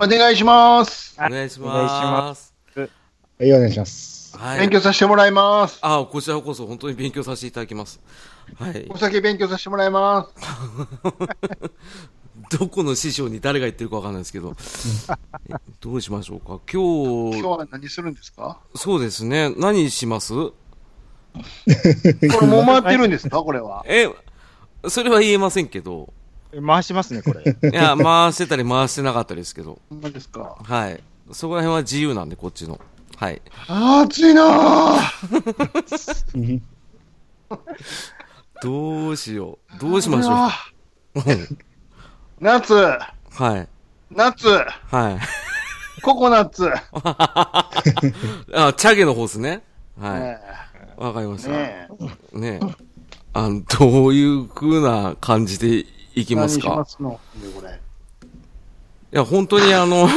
お願いします。お願いします。はい、お願いします。はい。勉強させてもらいます。ああ、こちらこそ本当に勉強させていただきます。はいお。酒勉強させてもらいます。どこの師匠に誰が言ってるかわかんないですけど。どうしましょうか。今今日日、は何するんですかそうですね。何しますこれもう回ってるんですかこれは。え、それは言えませんけ ど。回します ね、これ。いや、回してたり回してなかったですけど。ほんまですかはい。そこら辺は自由なんで、こっちの。はい。あー暑いなーどうしよう。どうしましょう。あー夏、はい。夏、はい。ココナッツ。あ、チャゲの方ですね。はねい。わかりましえた。ねねええ。あの、 どういう風な感じでいきますか何しますのこれ。いや、本当にあの、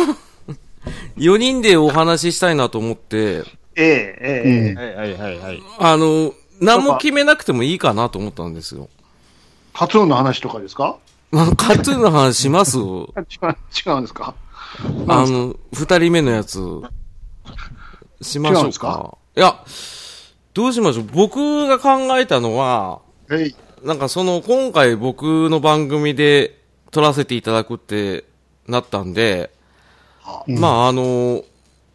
4人でお話ししたいなと思って、ええ、ええ、ええ。はいはいはいはい。あの、何も決めなくてもいいかなと思ったんですよ。カツオの話とかですか まあ、カトゥーンの話します違う、違うんですかあの、二人目のやつ、しまし違うんょうですかか。いや、どうしましょう。僕が考えたのは、えい。なんかその、今回僕の番組で撮らせていただくってなったんで、まああの、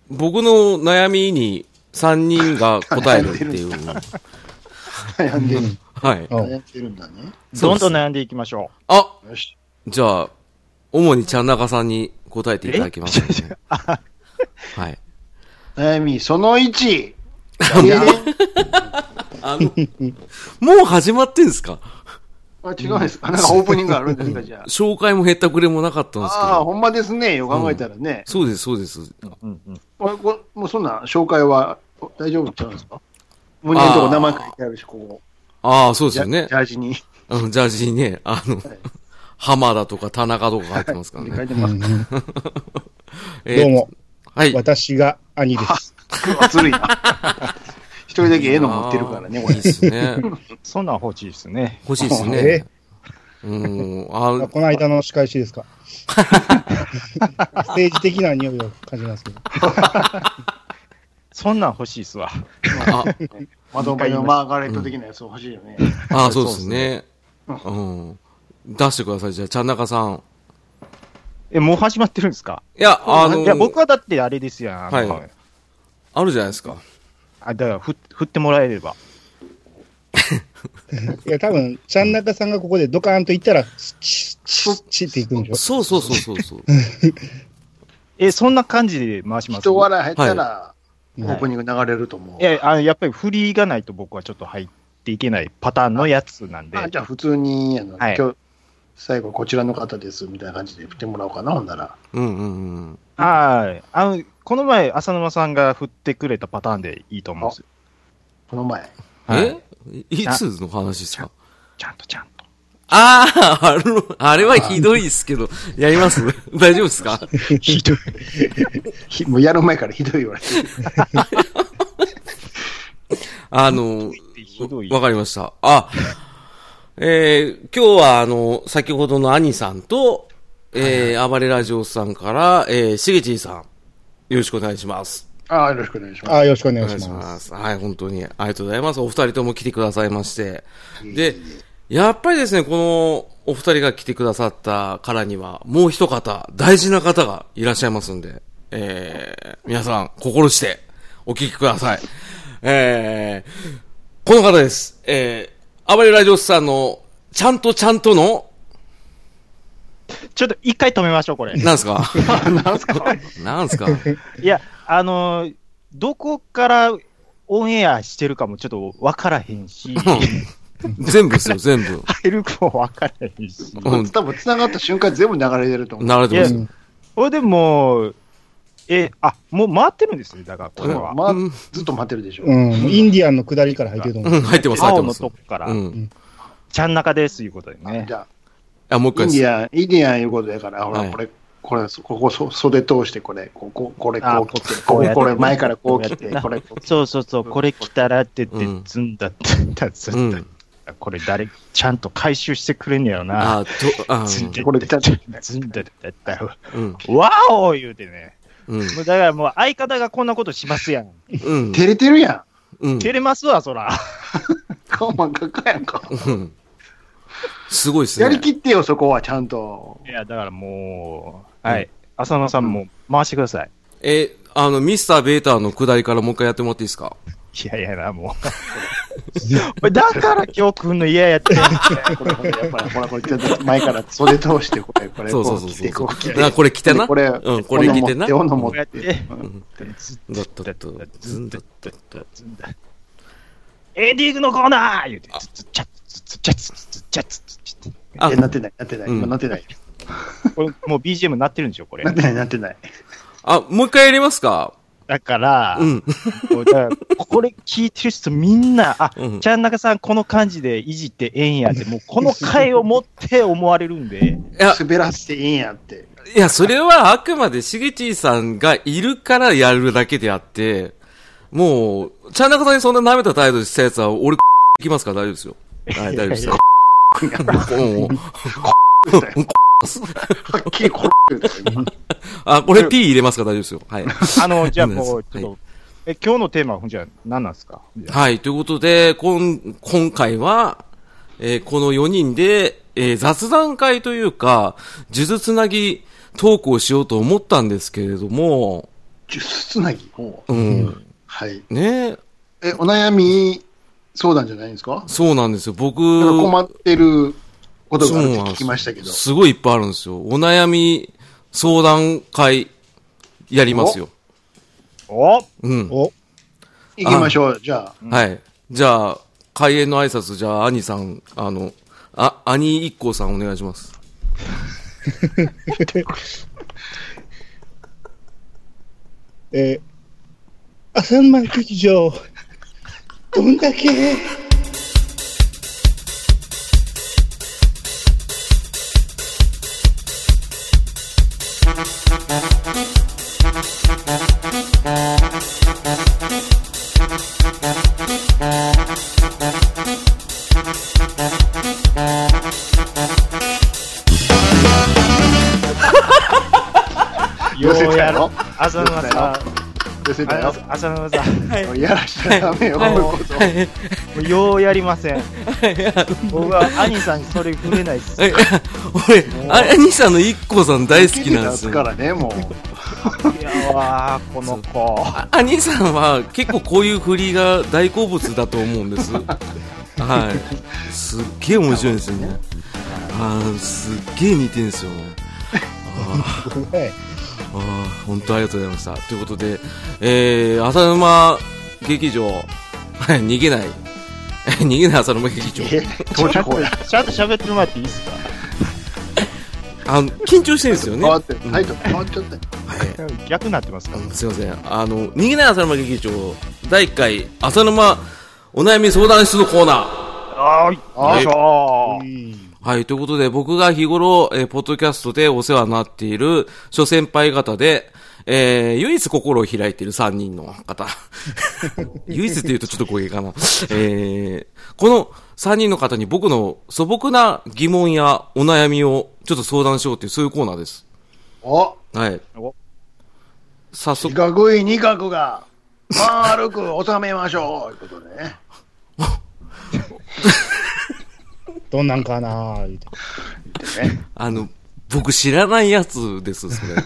僕の悩みに三人が答えるって いう。悩んでる。はい。うん悩んでるんだね。どんどん悩んでいきましょあ、よし。じゃあ、主にちゃんなかさんに答えていただきます、ね。はい。悩み、その1。 あの、もう始まってんすかあ違うんですかなんかオープニングあるんですかじゃあ。紹介もへったくれもなかったんですけああ、ど。ほんまですね。よく考えたらね。そうです、そうです。う。うんうん。これこもうそんな紹介はお大丈夫ちゃうんですか胸のとこ名前書いてあるし、ここ。ああ、そうですジャよねジ。ャージにあのジャージにね、あの、浜田とか田中とか入ってますから書ね。いてます。えーどうも、はい。私が兄です。ずるいな。一人だけ絵の持ってるからね、こいいれっ。すね。そんなん欲しいですね。欲しいですね。うん。あこの間の仕返しで すか。政治的な匂いを感じますけど。そんなん欲しいっすわ。あ、窓辺のマーガレット的なやつ欲しいよね。あ、そうですね。うん。出してください、じゃあ、ちゃんなかさん。え、もう始まってるんですかいや、あの、いや、僕はだってあれですやん。あのはいあるじゃないですか。あ、だから、ふ、振ってもらえれば。いや、多分、ちゃん中さんがここでドカーンと言ったら、チッチッチッっていくんでしょ。そうそうそうそうそう。え、そんな感じで回します人笑い入ったら、オいープニング流れると思う。いや、あの、やっぱり振りがないと僕はちょっと入っていけないパターンのやつなんで。あじゃあ普通に、あのはい今日、最後こちらの方です、みたいな感じで振ってもらおうかな、ほんなら。うんうんうん。はい。あの、この前、浅沼さんが振ってくれたパターンでいいと思うんですよ。この前。はいえいいつの話ですかちゃんとちゃんと。ああ、あの、あれはひどいですけど、やります 大丈夫ですかひどい。ひもうやる前からひどい言われてる。あの、ひどいわかりました。あ、えー、今日はあの、先ほどの兄さんと、えー、暴れラジオさんから、えー、しげちーさん、よろしくお願いします。ああ、よろしくお願いします。ああ、よろしくお願おい願いしします。ます。はい、本当にありがとうございます。お二人とも来てくださいまして。で、やっぱりですね、このお二人が来てくださったからには、もう一方、大事な方がいらっしゃいますんで、えー、皆さん、心してお聞きください。えー、この方です。えー、暴れラジオスさんの、ちゃんとちゃんとの、ちょっと一回止めましょう、これ。なんすかなんすかなんすか いや、あのーどこからオンエアしてるかもちょっと分からへんし、全部ですよ、全部。入るかも分からへんし。 うん、多分繋がった瞬間全部流れてると思う。慣れてますよ。これでもう、え、あ、もう回ってるんですね、だからこれは。まあうん、ずっと待ってるでしょ。うん、インディアンの下りから入ってると思うう。ん、入ってます、入って青まのす。とこから、うん。ちゃん中です、いうことでねじ。ゃあ、もう一あ、イ回ンでデす。ィアン、インディアンいうことやから、ほはら、いこれ、これ、ここ、そ袖通して、これ、ここ、これ、こあう来て、ここうれ、やってこれ、前からこう来こうてやっ、てこれ、こうそうそうそう、これ来たらって言ってうん、ずんだって、ずうんだっん。これ誰、ちゃんと回収してくれんねやろな。あー、と、あずんー、でこれちゃんとずんだだったよ。うん、わお言うてね。うん、もうだからもう相方がこんなことしますやん。うん、照れてるやうん、照れますわ、そら。ん。顔真っ赤っかやんか。うんすごいですね。やりきってよ、そこはちゃんとい。や、だからもう、はい。浅野さんも回してください。え、あの、ミスターベーターの下りからもう一回やってもらっていいですかいやいやな、もう。だから今日来んの嫌やって。これ、やっぱり、ほら、これ、ちょっと前から袖通して、これ、これ、そうこそうう来そうそて、う。こう来だからて。これ着てな。れ、うん、これ着てな。だ斧持こっ、うやって斧持って。て。ずっったと、ずんだったと。ずんだエンディングのコーナー言うて、ずっちゃっつつちゃっつつちゃっつつちゃっつあえ、、なってない、なってない、うん今なってない。これもう BGM なってるんでしょ、これなっ。てない、なってない。あ、もう一回やりますかだから、うん。こうだからこれ聞いてる人みんな、あ、うんちゃん中さんこの感じでいじってええんやって、もうこの回を持って思われるんで、いや、滑らせていいんやって。いや、それはあくまでしげちいさんがいるからやるだけであって、もう、ちゃんなかさんにそんな舐めた態度したやつは、俺、いきますから大丈夫 ですよ。はい、大丈夫ですよ。 もうもはっきり殺してる。今うあ、これ P 入れますから大丈夫ですよ。 はい。あの、じゃあもう、ちょはっいと、え、今日のテーマは、ほんじゃあ何なんですかはい、ということで、こん今回は、えーこの4人で、えー雑談会というか、呪術つなぎトークをしようと思ったんですけれども、呪術つなぎ。ほううん、 はい。ねえ、お悩み相談じゃないんですかそうなんですよ。僕、なんか困ってることそうがあなるんっでてす聞きましたけど。すごいいっぱいあるんですよ。お悩み相談会、やりますよ。おうん。お、行きましょう。じゃあ、はい。じゃあ、開演の挨拶、じゃあ、兄さん、あの、あ、兄一行さんお願いします。えー、朝沼劇場、どんだけ寄せたやよろ。浅沼寄せたさ寄せん、たよ。あ浅沼さん、もやらしたらダメよ。はいこういうことうようやりません。僕は兄さんにそれ触れないです。え、俺、あ兄さんの一個さん大好きなんです聞いてたよか。らね、もいやわー、この子。あ兄さんは結構こういう振りが大好物だと思うんです。はい。すっげえ面白いんですよね。あーすっげえ似てんですよね。あごめんーあー、本当ありがとうございました。ということで、えー、浅沼劇場、はい逃げない。 逃げない浅沼劇う、場。え、当時こうや。ちゃんと喋ってもらっていいですかあの、緊張してるんですよ変ね。わってる、タイトル変わっちゃったよ。はい逆になってますかあのすいません。あの、逃げない浅沼劇場、第1回、浅沼お悩み相談室のコーナあーい、あよいしょーー。はい、ということで、僕が日頃、えーポッドキャストでお世話になっている、諸先輩方で、えー、唯一心を開いている3人の方。 唯一って言うとちょっと語弊かな。えー、この3人の方に僕の素朴な疑問やお悩みをちょっと相談しようっていう、そういうコーナーです。お、はいお。早速四、角い二角が、丸く収めましょう。ということでね。どんなんかなー言うてあの、僕知らないやつです、それ。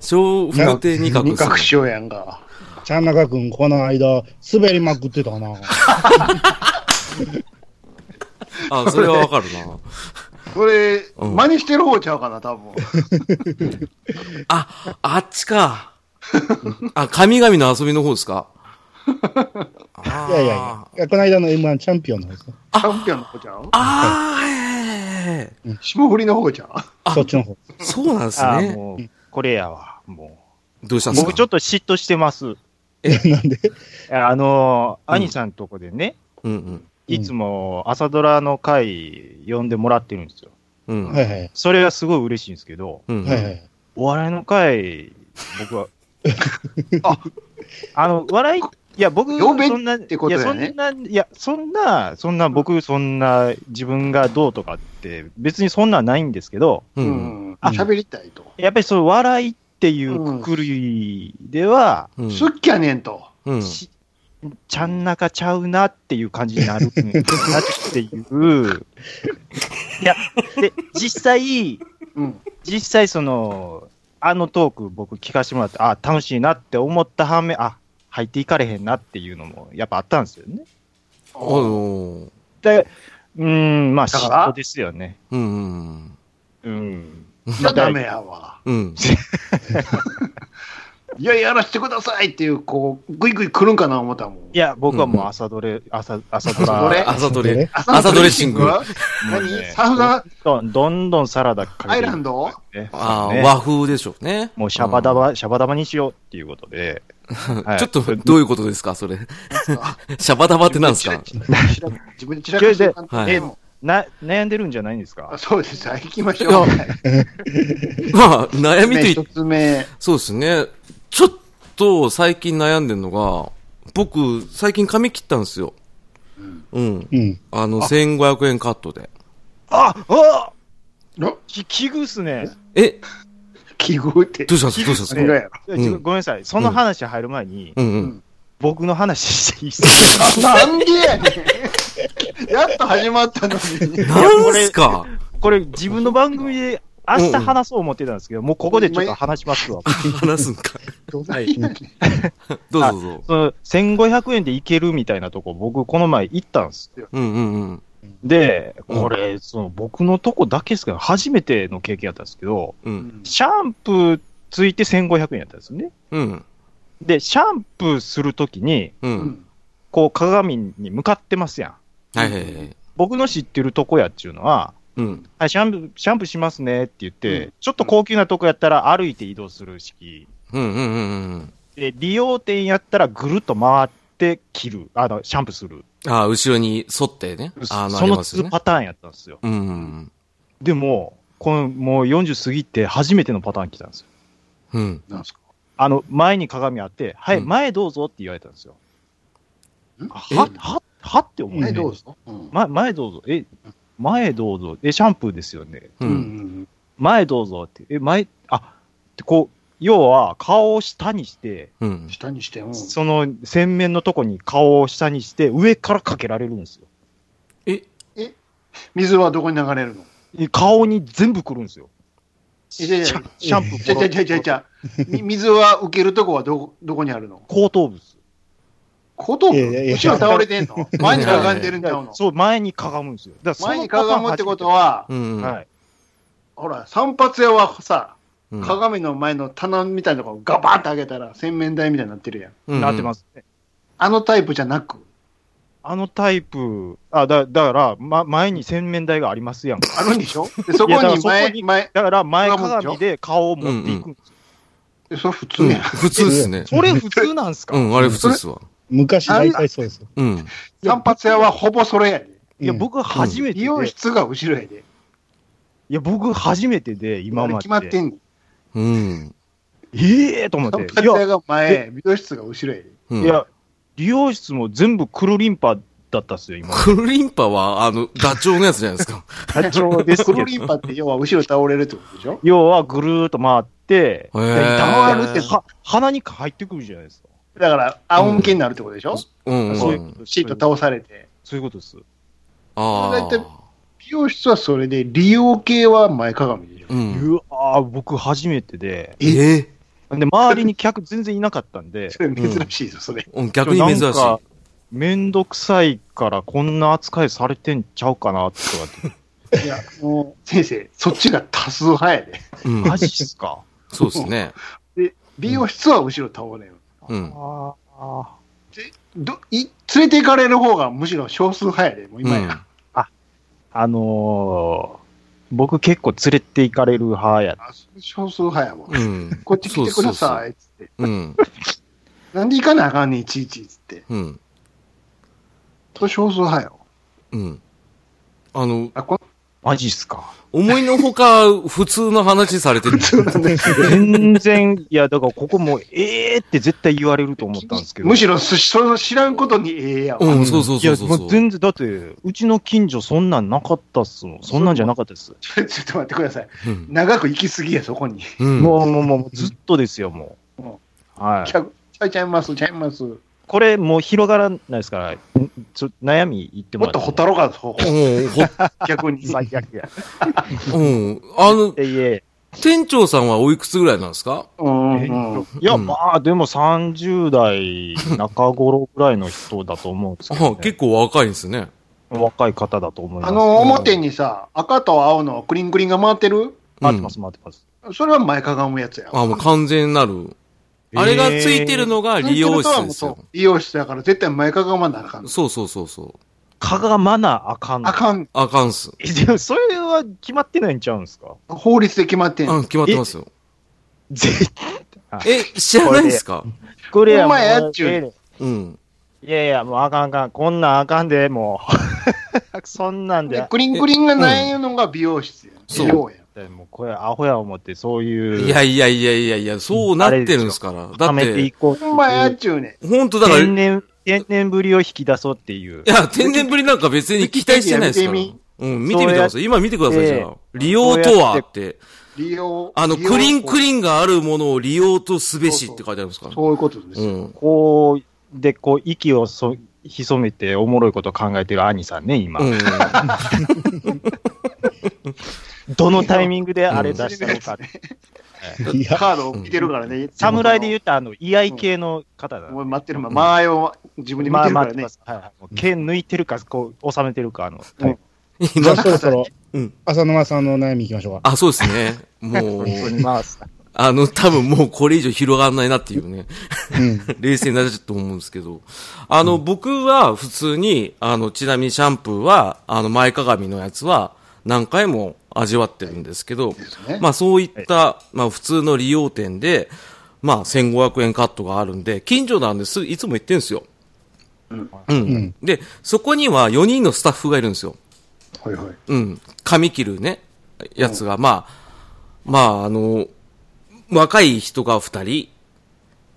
小風亭二角二さん角。しようやんか。ちゃんなかくん、この間、滑りまくってたな。あ、それはわかるな。これ、うん真似してる方ちゃうかな、多分。あ、あっちか。あ、神々の遊びの方ですか。あいやいやいやいや、この間の M1 チャンピオンの方ですね。チャンピオンの方ちゃうあーはいはいはいはい霜降りの方ちゃうそっちの方。そうなんですあーね。もう、これやわ。もどうしたう。んですか僕ちょっと嫉妬してます。なんであのー、うん兄さんとこでね、うんいつも朝ドラの回呼んでもらってるんですよ。うん。うん。はいはい。それはすごい嬉しいんですけど、うんはいはい。 。お笑いの回、僕はああの、笑いいや、僕、呼べそんな、てことだよねいや、そんな、いや、そんな、そんな、僕、そんな、自分がどうとかって、別にそんなんないんですけど、う。うんん。あ喋りたいと。やっぱりその笑いっていうくくりでは、うん。すっきゃねんと。うん。しちゃんなかちゃうなっていう感じになる、なっ ていう。いや、で、実際、うん。実際その、あのトーク僕聞かせてもらって、あ、楽しいなって思った反面、あ、入っていかれへんなっていうのもやっぱあったんですよね。あのーで、うーん、まあだ嫉から妬ですよね。うんうん。うん。いや、ダメやわ。うん。いや、やらしてくださいっていう、こう、ぐいぐい来るんかな思ったもん。いや、僕はもう朝どれ、朝、朝ドラ。朝どれ朝ドレ。朝朝ドドレッレッシシンンググはもう何ねサウナどんどんどんサラダかけてアイランドねああ、ね和風でしょうね。もうシャバダバ、シャバダバにしようっていうことで。ちょっと、どういうことですか、それ。シャバダバってなんで すか自分で散らかしてる感じはいでもな、悩んでるんじゃないんですあかそうです。はい行きましょう。まあ、悩みとい一つ目。そうですね。ちょっと最近悩んでるのが、僕、最近髪切ったんですよ。うん。うん。あの、1500円カットで。ああのき、危惧っすね。え、記号ってど。うしたんですかどうしたん何ですがやろかいやうんちょごめんなさい。その話入る前に、うんううんん。僕の話していいっすかなんでやねん。やっと始まったのに。なんすかこれ自分の番組で明日話そう思ってたんですけど、もうここでちょっと話しますわ。話すんか。はい。どうぞどうぞ。その1500円でいけるみたいなとこ、僕この前行ったんです。うんうんうん。で、うんこれ、その僕のとこだけですけど、初めての経験やったんですけど、うん。シャンプーついて1500円やったんですよね。うん。で、シャンプーするときに、う。うんんこう鏡に向かってますやん。はいはいはい。僕の知ってるとこやっていうのは、うん。はい、シャンプー、シャンプーしますねって言って、うんちょっと高級なとこやったら歩いて移動する式。うんうんうんうん。で、利用店やったらぐるっと回って切る。あの、シャンプーする。ああ、後ろに沿ってね。ああ、なそりのますよ2ね。パターンやったんですよ。うんうんでも、このもう40過ぎて初めてのパターン来たんですよ。うん。うん。なんすかあの、前に鏡あって、はい、うん前どうぞって言われたんですよ。んは、は、はって思う、はねい、どうぞ。うんま前どうぞ。え、前どうぞ。え、シャンプーですよね。ううんん。うん前どうぞって。え、前、あ、ってこう、要は顔を下にして、うん。下にして、うんその洗面のとこに顔を下にして、上からかけられるんですよ。え、水はどこに流れるのえ顔に全部くるんですよ。いやいやシャンシャンプーじゃじゃじゃじゃじゃみ水は受けるとこはどこ、どこにあるの後頭部です。後頭部いやいやいや後ろ倒れてんの前にかがんでるんちゃうのそう、前にかがむんですよ。だから前にかがむってことは、うん。そのパターン初めて、はい。ほら、散髪屋はさ、うん。鏡の前の棚みたいなとこガバーンって上げたら洗面台みたいになってるやん。なってますすね。あのタイプじゃなく、あのタイプ、あ、だだから、ま、前に洗面台がありますやんか。あるんで しょでそいやこだからにそこ前、に前、だから、前鏡で顔を持っていくんですでそれよ。普通うんやん。普通ですね。それ普通なんですか、ういん、あれ普通ですわ。昔大体そうですよ。うん。や散髪屋はほぼそれやで。いや、、僕初めて美で、容い室が後ろやで。や、僕初めてで、今あまれで。決まってんの。うん。ええと思っ散て。い髪屋や、が前、美容室が後ろやで。うんいや、理容室も全部黒リンパだったっすよ、今。クルリンパは、あの、ダチョウのやつじゃない ですか。 課長ですけクル。どリンパって要は後ろ倒れるってことでしょ要はぐるーっと回って、へでーダーっては鼻に入ってくるじゃないですか。だから、仰向けになるってことでしょ、うん、そうういうこん。とシート倒されて。そういうことです。あ大体あ。美容室はそれで、利用系は前かがみでしょ、うん。うわー僕初めてで、ええで、周りに客全然いなかったんで、それ珍しいぞ、それ。うん逆に珍しい。なんかめんどくさいからこんな扱いされてんちゃうかなとかって。いや、もう、先生、そっちが多数派やで。うん。マジっ すかそうですね。美容室は後ろ倒れる。うん。ああ。どい連れて行かれる方がむしろ少数派やで、もうう今や。ん。あのー、僕結構連れて行かれる派や。あ少数派やもん。うん。こっち来てくださいっつって。うん。なんで行かなあかんねん、いちいちっつって。うん。と少数派やわうん。あの、あこマジっすか。思いのほか、普通の話されてる。全然、いや、だからここも、ええーって絶対言われると思ったんですけど。むしろす、その知らんことにええやん。うん、そうそうそうそうや、そもうう。全然、だって、うちの近所そんなんなかったっすもん。そんなんじゃなかったっす。 ちょっと待ってください。うん長く行き過ぎや、そこに。うんもう、もう、もう、ずっとですよ、もうんう。はいち。ゃうちゃいちゃいます、ちゃいます。もこれ、もう広がらないですから、んちょ悩み言ってもっらとほったらろか、そうん、ほ、逆に。 最悪や。うん。あの、いやいや。店長さんはおいくつぐらいなんですかうんうんうん。いや、うんまあ、でも30代中頃ぐらいの人だと思うんですけど、あね、結構若いんですね。若い方だと思います。あの、表にさ、赤と青のクリンクリンが回ってるうん待ってます、待ってます。それは前かがむやつや。あ、もう完全なる。あれがついてるのが理容室ですよそう。理容室やから絶対前かがまなあかん。そうそうそうそう。かがまなあかんの。あかん。あかんっす。えでもそれは決まってないんちゃうんですか法律で決まってんうの。ん、決まってますよ。絶え、知らないですかこれほんまやっちゅうう。うん。いやいや、もうあかんあかん。こんなんあかんで、も う。そんなんでで、。クリンクリンがないのが美容室や。そう美容や。もうこれアホや思って、そういう。いやいやいやいやいや、そうなってるんですから。だはっめていて、こう。ほんまやっちゅうね。本当だから、天い然、天然ぶりを引き出そうっていう。や、天然ぶりなんか別に期待して ないですから。見てみうん、見てみてください。今見てください、じゃそあ。利用とはって、利用。あの、利用クリンクリンがあるものを利用とすべしって書いてあるんですから。そういうことです。うん。こう、で、こう、息をそ潜めておもろいこと考えてる兄さんね、今。うん。どのタイミングであれ出したのかって。いや、カードを見てるからね。 侍で言ったあの、居合系の方だ。もう待ってる間、間合いを自分で見まてあるまかあらね。はいはいもう剣抜いてるか、こう、収めてるか、あの、うんじゃあそろそろうん、浅沼さんの悩み行きましょうか。あ、そうですね。もう、まあ、あの、多分もうこれ以上広がんないなっていうね、うん。 冷静になっちゃったと思うんですけど、あの、僕は普通に、あの、ちなみにシャンプーは、あの、前かがみのやつは何回も味わってるんですけど、ねまあそういった、まあ普通の利用店で、まあ1500円カットがあるんで、近所なんです、いつも行ってんですよ。うん。んで、そこには4人のスタッフがいるんですよ。はいはい。うん、髪切るね、やつが、まあ、まあ、あの、若い人が二人。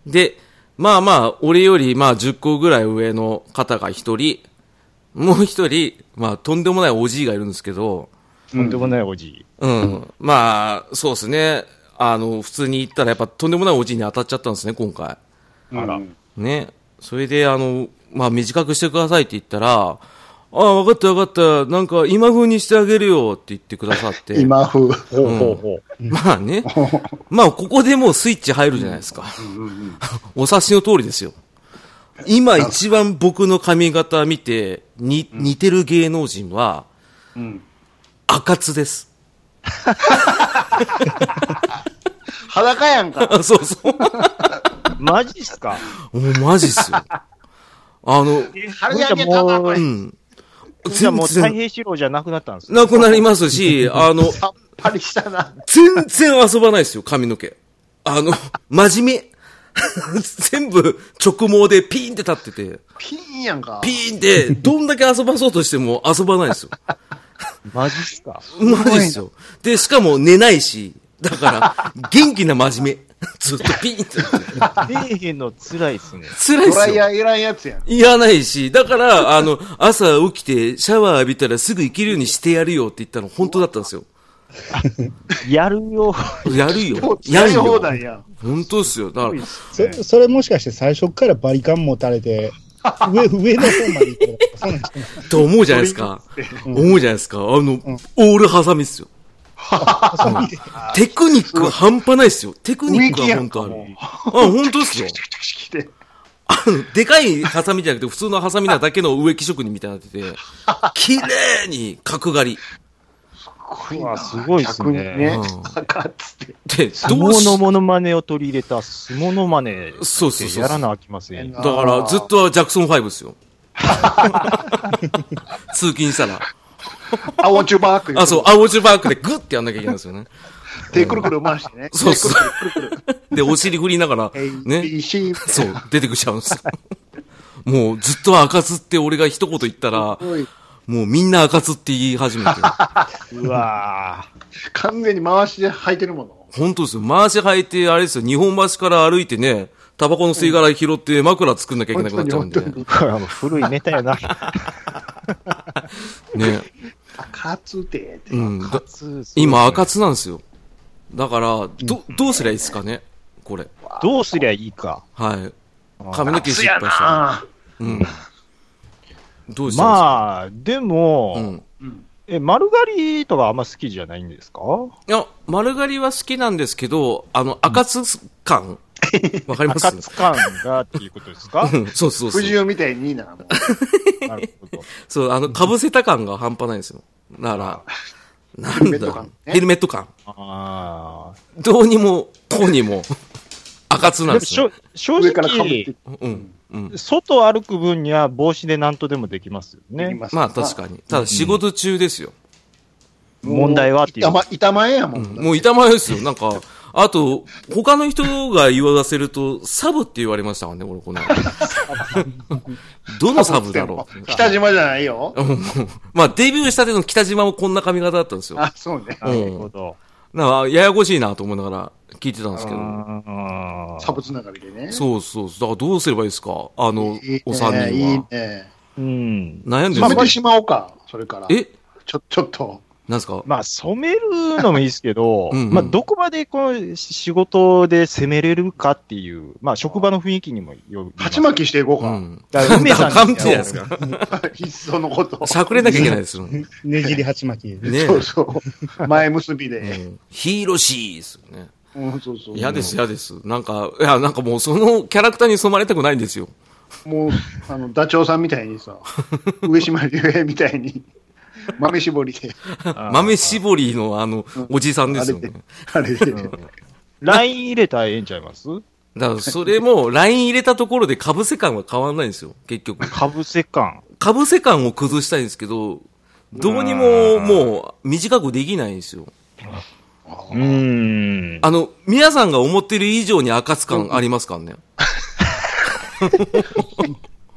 で、まあまあ、俺より、まあ、10個ぐらい上の方が一人。もう一人、まあ、とんでもないおじいがいるんですけど、とんでもないおじい。うん、まあ、そうですね。あの、普通に行ったら、やっぱ、とんでもないおじいに当たっちゃったんですね、今回。あら。ね。それで、あの、まあ、短くしてくださいって言ったら、ああ、わかったわかった。なんか、今風にしてあげるよって言ってくださっ て。今風。ほうほうほう。まあ ね。まあ、ここでもうスイッチ入るじゃないですか。お察しの通りですよ。今一番僕の髪型見て、に、似てる芸能人は、うん赤津です。 裸やん か。あそうそう。マジっ すかもうマジっすよ。あの、春焼けたな、こうれ。ん。じゃあ全もう太然、平四郎じゃなくなったんですねなくなりますし、あの、さっぱりしたな。全然遊ばないですよ、髪の毛。あの、真面目。 全部直毛でピーンって立ってて、ピンやんか。ピーンって、どんだけ遊ばそうとしても遊ばないです よ。マジっすかうまいですよ。で、しかも寝ないし、だ から、元気な真面目。ずっとピーンってなってる。出えへんの辛いっすね。辛いドっライすよ。ヤーいらんやつやん。いらないし、だから、あの、朝起きてシャワー浴びたらすぐ行けるようにしてやるよって言ったの本当だったんですよ。やるよ。やる今よ。日、ややるり放よ。題やん。本当っすよ。だから、それ、それもしかして最初からバリカン持た れて、上、上の方まで行ってる。そうなんですかと思うじゃないですか。思うじゃないですか。あの、オールハサミっすよ。テクニック半端ないっすよ。テクニックは本当ある植木。あ、本当っすよ。来て。あの、でかいハサミじゃなくて、普通のハサミなだけの植木職人みたいになってて、綺麗に角刈り。うわすごいっすねうん赤っつって。で、相どう撲のし、モノマネを取り入れた相撲のマネそうそうそうやらなあきませんよ。だからずっとジャクソン5ですよ。通勤したら。青チュバーク。あ、そう、青ジュバークでグッてやんなきゃいけないんですよね。手くるくる回してね。 そうそう。で、お尻振りながら、ね。ね。そう、出てくちゃうんですよ。もうずっと赤ずって俺が一言言ったら、おいもうみんな赤津って言い始めて。うわー完全に回しで履いてるもの。本当ですよ。回し履いて、あれですよ、日本橋から歩いてね、タバコの吸い殻拾って枕作んなきゃいけなくなっちゃうんで。本当に これはもう古いネタ やな。ね。赤津亭って。うん。だそうですね今、赤津なんですよ。だから、ど、どうすりゃいいですかねこれ。どうすりゃいいか。はい。髪の毛津失や敗したら。なうん。どうしたんですかまあ、でも、うん。え、丸刈りとかあんま好きじゃないんですかいや、丸刈りは好きなんですけど、あの、赤津感、わかります赤津感がっていうことですかうんそうそうそう。藤尾みたいにいい な。もうなるほど。そう、あの、被せた感が半端ないんですよ。だから、なヘルメッんトだ感、ねヘルメット感。あどうにも、こう にも、赤津あ。なんでもですしよ。ょ正上からかぶっ直て、うん。うん。外歩く分には帽子で何とでもできますよいきね。ますまあ確かに。ただ仕事中ですよ。問題はっていう板。前板前やもん。もう板前ですよ。なんか、あと、他の人が言わせると、サブって言われましたからね、俺こ の。どのサブだろう。北島じゃないよ。うんまあデビューしたての北島もこんな髪型だったんですよ。だかあ、そうね。なるほど。ら、ややこしいなと思いながら聞いてたんですけど。あーサブつながりでね。そうそうそう。だからどうすればいいですかあの、いいねお三人は。いいね。うん。悩んでるまんめでてすしまおうか、それから。かえちょ、ちょっと。なんですかまあ、染めるのもいいですけ ど、うんうんまあ、どこまでこの仕事で攻めれるかっていう、まあ、職場の雰囲気にもよる。鉢巻きしていこううか。ん。だから梅さん勘違いですかいっそのこと。しゃくれなきゃいけないですよ。ねねじり鉢巻き。え。そうそう。前結び うで。んヒーロシーですよね。うん、そうそう。嫌です、嫌です。なんか、いや、なんかもうそのキャラクターに染まれたくないんですよ。もう、あの、ダチョウさんみたいにさ、上島竜兵みたいに、豆絞り で、豆絞りのあの、おじさんですよね。あれで、ライン入れたらええんちゃいますだからそれも、ライン入れたところで被せ感は変わんないんですよ、結局。かぶせ感。被せ感を崩したいんですけど、どうにももう短くできないんですよ。うーん。あの、皆さんが思ってる以上に赤津感ありますからね。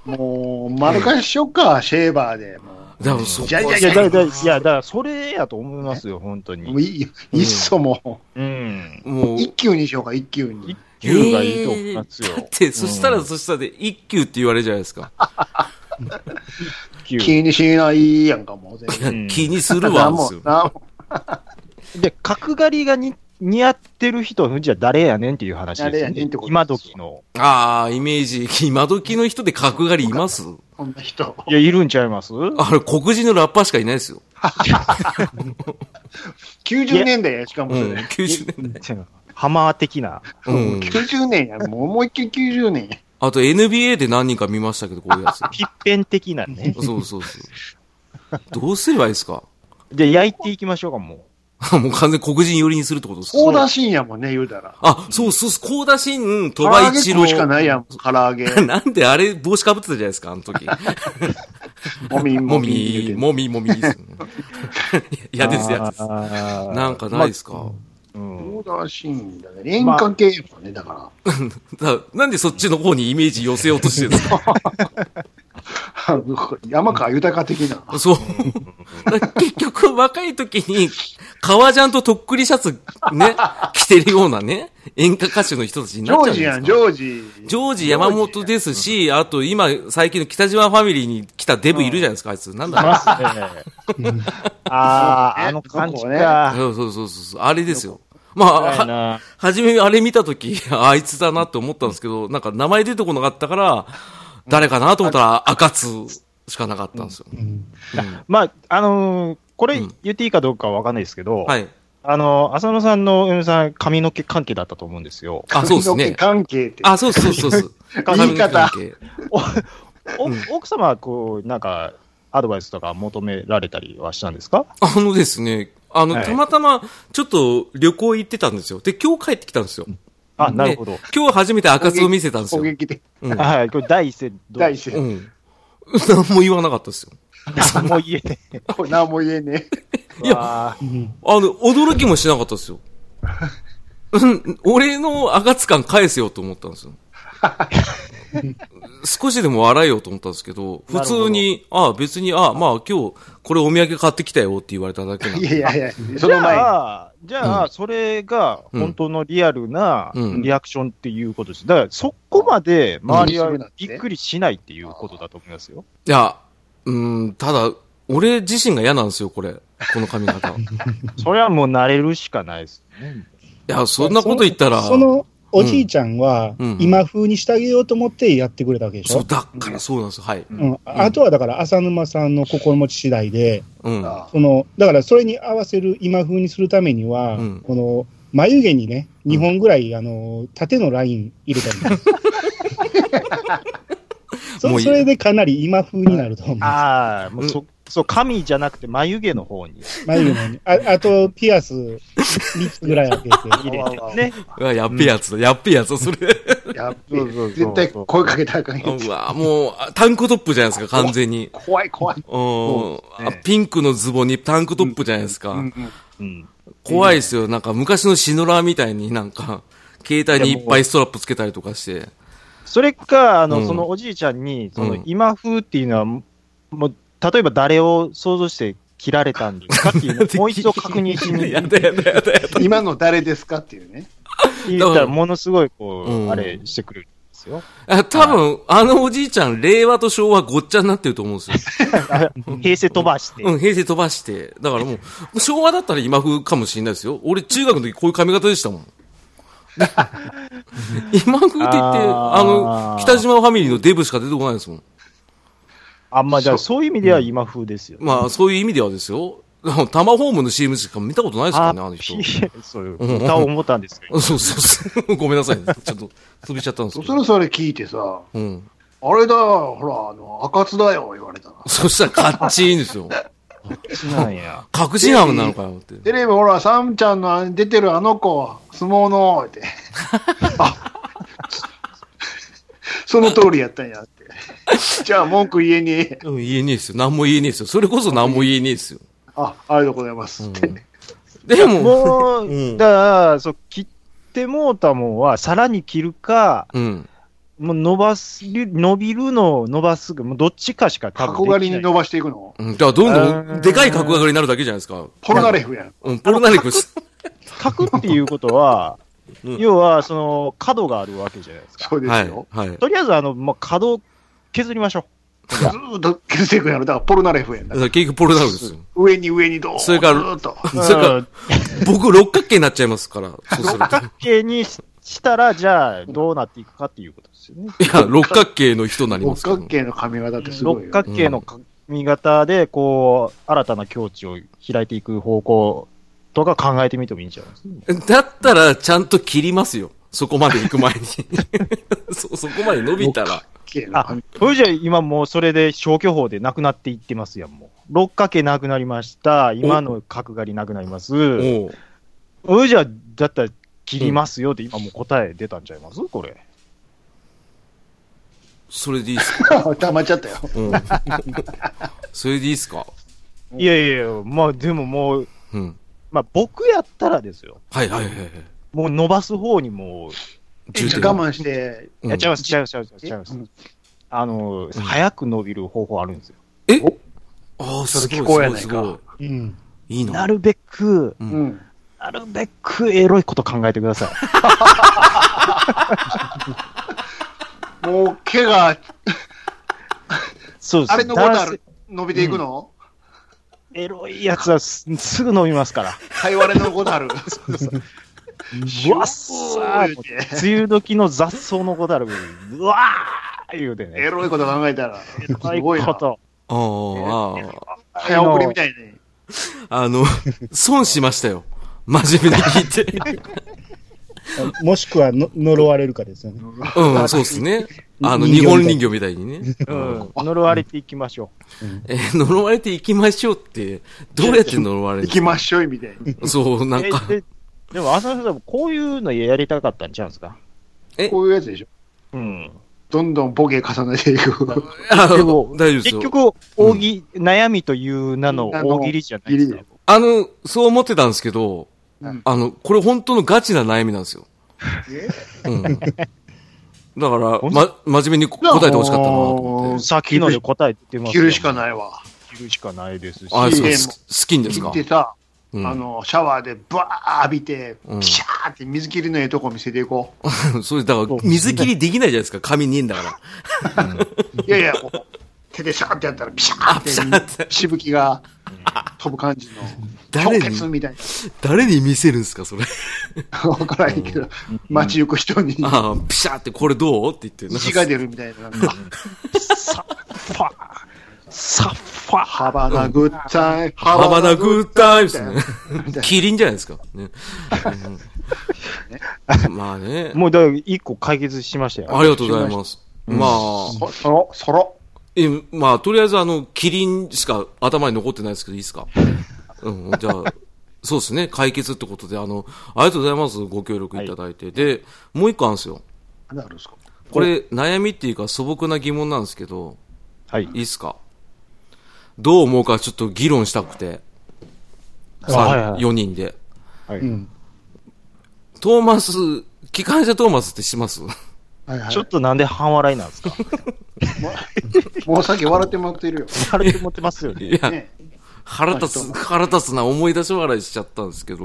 もう、丸返しよっか、シェーバーで。もだからそこじゃいはやいや、だだいや、だからそれやと思いますよ、本当うもうに。いいよいっそもうん。もう、う、一級にしようか、一級に。牛がいいと思いますよ。だって、そしたらそしたらで、一級って言われるじゃないですか。牛。気にしないやんか、もう全然。ん気にするわなんでもすよ、。なんもで、角刈りがに似合ってる人、じゃあ誰やねんっていう話です誰やねよんねってこと。です今時の。ああ、イメージ、今時の人で角刈りいますこんな人。いや、いるんちゃいますあれ、黒人のラッパーしかいないですよ。 90年代や、しかもうそん、れ。 90年代。 ハマー的な。うん。 90年や、もう思いっきり90年 や。あと NBA で何人か見ましたけど、こういうやつ。ピッペン的なね。そうそうそう。どうすればいいですか じゃあ焼いていきましょうか、も。もう完全に黒人寄りにするってことですかソーダシーンやもんね、言うたら。あ、そうそうそう、高田新、唐鳥揚羽げ一食う郎。しかないやん、唐揚げ。なんであれ帽子かぶってたじゃないですか、あの時。もみん ももみんみ、言うて。もみ、もみですよね。いうやです、やです。あーなんかないですか、まうんソーダシーンだね。演歌系やもんね、だから。だなんでそっちの方にイメージ寄せようとしてるんですか山川豊か的な。そう。だから結局、若い時に、革ジャンととっくりシャツ、ね、着てるようなね、演歌歌手の人たちにジなョっちゃージやうんですん、かジョージ。ジョージ山本ですし、あと今、最近の北島ファミリーに来たデブいるじゃないですか、あいつ。なんだろ うますね。あー、あの感じか。そうそうそうそう。あれですよ。まあ、暗いはな初めあれ見たとき、 ああいつだなって思ったんですけど、なんか名前出てこなかったから、誰かなと思ったら赤津しかなかったんですよ。まあ、あのーこれ言っていいかどうかわかんないですけど、はい。あのー、浅野さんの嫁さん、髪の毛関係だったと思うんですよ。あ、そうです髪の毛ね。関係って。あ、そうそうそうそう。言い方髪の毛関お奥様は、こう、なんか、アドバイスとか求められたりはしたんですか係。あのですね、あの、はいたまたま、ちょっと旅行行ってたんですよ。で、今日帰ってきたんですよ。あ、なるほどで。今日初めて赤津を見せたんですよ攻。撃的。うんはい、これ第一声、ど大う勢う。ん。 何も言わなかったですよ。何も言えねえ。これ何も言えねえ。いやわーあの、驚きもしなかったですよ。うん俺の赤津感返せよと思ったんですよ。少しでも笑えようと思ったんですけど、普なるほど通に、ああ、別に、ああ、まあ今日、これお土産買ってきたよって言われただ けなんいで。やい やいや、そじの前にゃあ、じゃあ、それが本当のリアルなうんリアクションっていうことです。だから、そこまで周りうはんそうなんですねびっくりしないっていうことだと思いますよ。いや、うん、ただ、俺自身が嫌なんですよ、これ。この髪型。いそれはもう慣れるしかないですね。や、そんなこと言ったら、そのおじいちゃんはうん、今風にしてあげようと思ってやってくれたわけでしそう、ょ。だからそうなんですよ。はい。うん、あとはだから、浅沼さんの心持ち次第で、うん。あそのだからそれに合わせる、今風にするためには、うんこの眉毛にね、2本ぐらい、あの縦のライン入れたりとかも そういいそれでかなり今風になると思う。ああ、もううそ、そう、髪じゃなくて眉毛の方に眉毛のねああと、ピアス3つぐらい開けて。入れわわて。ね。うわやっべえやつだ、やっべえやつだ、それ。ーやっべそうそうそう絶対声かけたらあかんやつうわもう、あタンクトップじゃないですか、完全に。怖い怖い。うんうですねあピンクのズボンにタンクトップじゃないですか。うん。怖いですよ。なんか昔のシノラーみたいになんか、携帯にいっぱいストラップつけたりとかして。それか、あうの、んそのおじいちゃんに、そのうん今風っていうのは、もう、例えば誰を想像して切られたんですかっていうのを もう一度確認しにやだやだやだやだ。今の誰ですかっていうね。言ったら、ものすごい、こうう、んあれしてくるんですよ。あ多分、あのおじいちゃん、令和と昭和ごっちゃになってると思うんですよ。平成飛ばして。うん、平成飛ばして。だからもう、昭和だったら今風かもしれないですよ。俺、中学の時こういう髪型でした もん。今風って言って、あーあの、北島ファミリーのデブしか出てこないですもん。あんまあじゃあ、そういう意味では今風ですよね。まあ、そういう意味ではですよ。 タマホームの CM しか見たことないですからね、あの人。人。そう、歌を思ったんですけ ど。そうそうそう。 ごめんなさいね。ちょっと、飛びちゃったんですけそど。れそれ聞いてさ、うん。あれだ、ほら、あの、赤津だよ、言われたら。そしたら、かっちいいんですよ。なんや。確信犯なのかよって。テレビ、ほら、サムちゃんのあ出てるあの子、相撲の、って。あその通りやったんやって。じゃあ、文句言えにえ。うん、言えねえですよ。何も言えねえですよ。それこそ何も言えねえですよ。あ、ありがとうございます。ってうん でも、もうんう、だから、そう、切ってもうたもんは、さらに切るか、うん。もう伸ばす、伸びるのを伸ばすか、もうどっちかしか多分でき角ない。刈りに伸ばしていくの。うん。だから、どんどあん、ーでかい角上がりになるだけじゃないですか。ポルナレフやん。うん、ポルナリクス。角っていうことは、うん要は、その、角があるわけじゃないですか。そうですはいよ。。はい。とりあえず、あの、まあ、角を削りましょずーっと削っていくんやろ。だから、ポルナレフやんだか。ら結局ポルナリクスよ。上に上にどうそれからずーっと。う。それかうんら、僕六角形になっちゃいますから。そうすると。形にししたら、じゃあ、どうなっていくかっていうことですよね。いや、六角形の人になりま六すから。角形の髪型ってすごい六よ。角形の髪型で、こう、新たな境地を開いていく方向とか考えてみてもいいんじゃないですか。だったら、ちゃんと切りますよ。そこまで行く前に。そ、そこまで伸びたら。形のあ髪、それじゃあ今もうそれで消去法でなくなっていってますやん、もう。六角形なくなりました。今の角刈りなくなります。おうそれじゃあ、だったら切りますよって今もう答え出たんちゃいますこれ。それでいいっすか。型。溜まっちゃったよ。うん。 それでいいっすか。いやいやいや、まあでももう、うん。まあ僕やったらですよ。はいはいはいはい。もう伸ばす方にもちょっと我慢して。う、ういんや、ちゃいます、ちゃいます、ちゃいます、ちゃいます。あの、早く伸びる方法あるんですよ。えああ、すごい聞こえないかすごいすごうんい。いいな。なるべく、ううんん。なるべくエロいこと考えてください。もう、毛が、 そうです。あれのボタ男性ン伸びていくのエロいやつはすすぐ伸びますから。かいわれのご だる。うわっさー言うて梅雨時の雑草の子だる、うわー言うてエね。ロいこと考えたら、すエごいこな。と。あーあ早送りみたいに。ー、あの、損しましたよ。真面目に聞いて。もしくはの呪われるかですよね。うん、そうですね。あの、日人形みたい本人形みたいにね。うん。呪われていきましょえー呪われていきましょうって、どうやって呪われる行きましょいみたいに。そう、う。なんか、えででも、浅野さんもこういうのやりたかったんちゃうんですかえこういうやつでしょ。うん。どんどんボケ重ねていく。 あでもの、大丈夫です結よ。局、大喜、悩みという名のあの大喜利じゃないですか大。あの、そう思ってたんですけど、うん あの、これ本当のガチな悩みなんですよ。うん。だから、ま、真面目に答えてほしかったなと思って。さっきので答えてます着よるしかないわ。着るしかないですし。あ、いそういねですか。スキンです着かて。さ、うんあの、シャワーでバー浴びて、うんピシャーって水切りのええとこ見せていこ そうですだから、水切りできないじゃないですか。髪にいんだから。う。いやいや、こう手でシャーってやったら、ピシャーピシャーってしぶきが飛ぶ感じの、誰氷に結みたい誰に見せるんですか、 それ。な。わからへんけど、街行く人にああ、ピシャーってこれどうって言って。なんか血が出るみたいな。なんかサッファー。サッファー。ハバナグッタイム。ハバナグッタイムみたいですなね。 キリンじゃないですか。 ね。うんまあね。もう、だから一個解決しましたよ。ありがとうございます。まあ、そそろ、そろ。え、まあ、とりあえずあの、キリンしか頭に残ってないですけど、いい ですかうん、じゃあ、そうですね、解決ってことで、あの、ありがとうございます、ご協力いただいて。で、もう一個あるんですよ。何あるんですかこれ、悩みっていうか素朴な疑問なんですけど、はい。いいですかどう思うかちょっと議論したくて、あはいはいさ4人で。はいうん。トーマス、機関車トーマスってし ますはいはい。ちょっとなんで半笑いなんですかもうさっき笑ってもらってるよ。軽く持ってますよね。いや、ね腹立つ、腹立つな思い出し笑いしちゃったんです けど、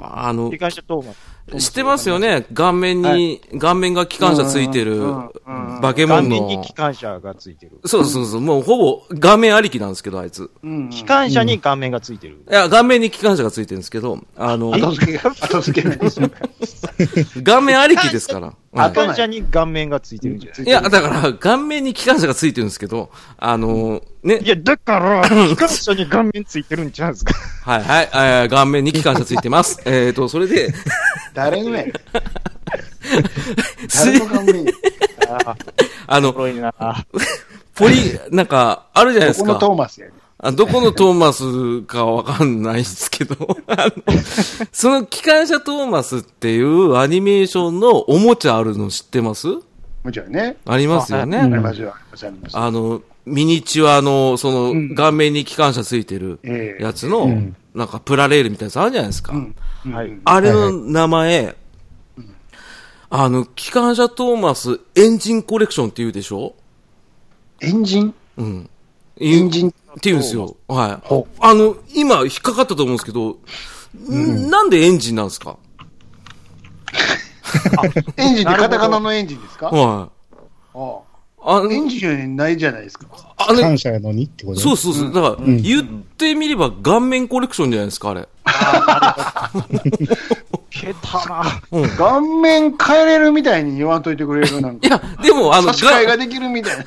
あの機、関車トーマス。知ってますよね顔面に、顔面が機関車ついてるうんうんうんうん化け顔物面にの機。関車がついてる。そうそうそう、もうほぼ顔面ありきなんですけど、あいつ。うん。機関車に顔面がついてる。いや、顔面に機関車がついてるんですけど、あの、後付けが、後付けないですよ。顔面ありきですから。はい機頭関車に顔面がついてるんじゃないいや、だから、顔面に機関車がついてるんですけど、あの、いね、や、だから、機関車に顔面ついてるんちゃうんですかはいはいえー、顔面に機関車ついてます。えっと、それで、誰のや す誰の顔面やあの、黒いな。ポリ、なんか、あるじゃないでどすこか。のトーマスやねあどこのトーマスかわかんないですけど、 あの、その機関車トーマスっていうアニメーションのおもちゃあるの知ってますもちろんね。ありますよありね。ますよ、あります、あります。あの、ミニチュアの、その、顔面に機関車ついてるええやつの、なんかプラレールみたいなやつあるじゃないですか。はい。あれの名前、あの、機関車トーマスエンジンコレクションって言うでしょエンジンうん。エンジンって言うんですよ。はい。あの、今、引っかかったと思うんですけど、んなんでエンジンなんですかエンジンってカタカナのエンジンですかあはあい。あエの、ンジンないじゃないですか。あ感れ、謝やのにってことねそうそうそう。だから、言ってみれば顔面コレクションじゃないですか、あれ。けたな。顔面変えれるみたいに言わんといてくれるなんいか。や、で も、あの、差し替えがができるみたい な。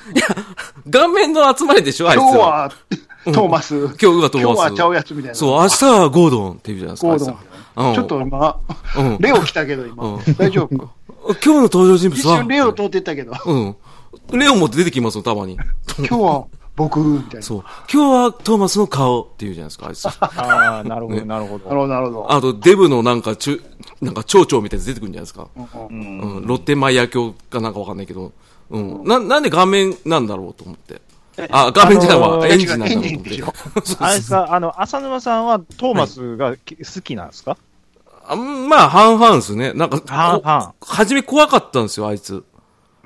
顔面の集まりでしょ、あいつ今日ら。はトーマス。今今日はトー今マス日はちゃうやつみたいな。そう、明日はゴードンって言うじゃないですか、ゴあーいつドらン。うんちょっと今、うんレオ来たけど今うん。大丈夫今日の登場人一物は。瞬レオ通ってったけど、うん。レオも出てきますよ、たまに。今日は僕、みたいな。そう。今日はトーマスの顔って言うじゃないですか、あいつら。ああ、なるほど、なるほなるど。ほど、なるほど。あと、デブのなんか、ちゅ、なんか、蝶々みたいなやつ出てくるんじゃないですか。うんうんうん。ロッテマイヤ教かなんかわかんないけど。うん。な、なんで画面なんだろうと思って。あ、画面じゃないあのわ。ーエンジンなんだろうエンジンでしとょ 思って。あれですか、あの、浅沼さんはトーマスがき好きなんですかあんまあ、半々ですね。なんか、半々こ初め怖かったんですよ、あいつ。ま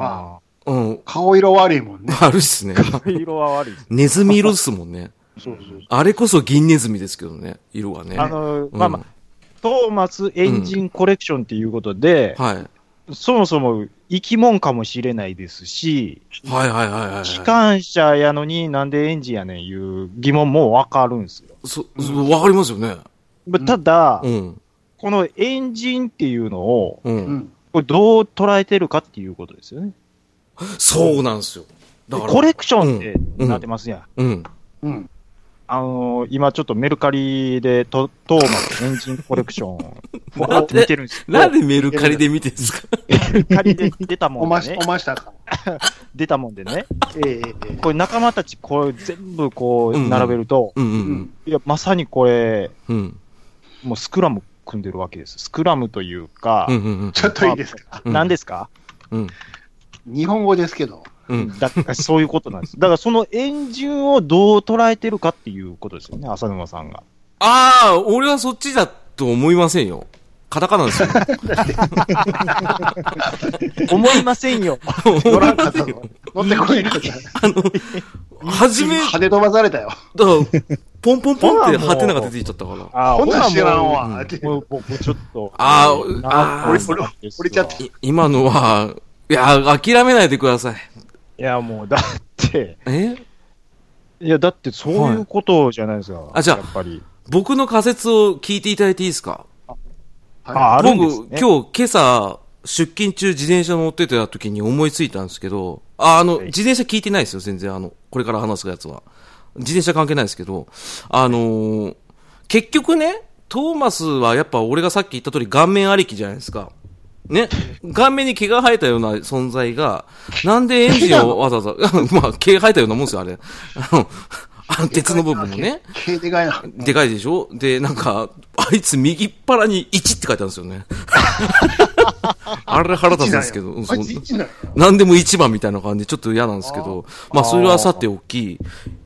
あうん。顔色悪いもんね。あるっすね。 あ。色は悪いです。ネズミ色っすもんね。そうそうあれこそ銀ネズミですけどね、色がね。 あの、うんまあまあ、トーマスエンジンコレクションっていうことで、はい。そもそも生き物かもしれないですし、はいはいはいはいはい。機関車やのになんでエンジンやねんいう疑問もわかるんですよ。そ、そわかりますよね。ただ、うん。このエンジンっていうのを、う。うんん。これどう捉えてるかっていうことですよね。そうなんですよ。だから。コレクションっうてんなってますやん。うん。うん。あのー今ちょっとメルカリでトトーマスエンジンコレクシ ョンわーって見てるんですけど、なんメでメルカリで見てるんですかルカリで出たおもんまでし、ねお、ましたか。出たもんでね、ええええこれ仲間たちこれ全部こう並べると、うんううんん。いや、まさにこれ、うん。うん。もうスクラム組んでるわけです。スクラムというかう、んうんうん。ちょっといいですか。うん何ですか、うん。日本語ですけど。うん。だからそういうことなんです。だからそのエンジンをどう捉えてるか っていうことですよね、浅沼さんが。ああ、俺はそっちだと思いませんよ。カタカナ ですよ。思いませんよ。乗らんかったの。乗ってこいなかった。はじめ、だか跳ね飛ばされたよ。ら、ポンポンポンってハテナが出てきちゃったから。あこんなん知らんほなもわ。ってうもう僕ちょっと。あーうんあーなんか俺俺俺ちゃってい今のは、いや、諦めないでください。いや、もう、だって、えいや、だってそういうことじゃないですか。あじゃあやっぱり。僕の仮説を聞いていただいていいですかあ、あるんですね。僕、今日、今朝、出勤中自転車乗ってた時に思いついたんですけど、あ、あの、い自転車聞いてないですよ、全然。あの、これから話すやつは。自転車関係ないですけど、あのー結局ね、トーマスはやっぱ俺がさっき言った通り顔面ありきじゃないですか。ね。顔面に毛が生えたような存在が、なんでエンジンをわざわざ、 まあ、毛生えたようなもんですよ、あれ。あの、あの鉄の部分もね。毛でかいな。でかいでしょで、なんか、あいつ右っ腹に1って書いてあるんです よね。あれ腹立つんですけど、うんあそいうつ1なんやなんでも1番みたいな感じでちょっと嫌なんですけど、まあそれはさておき、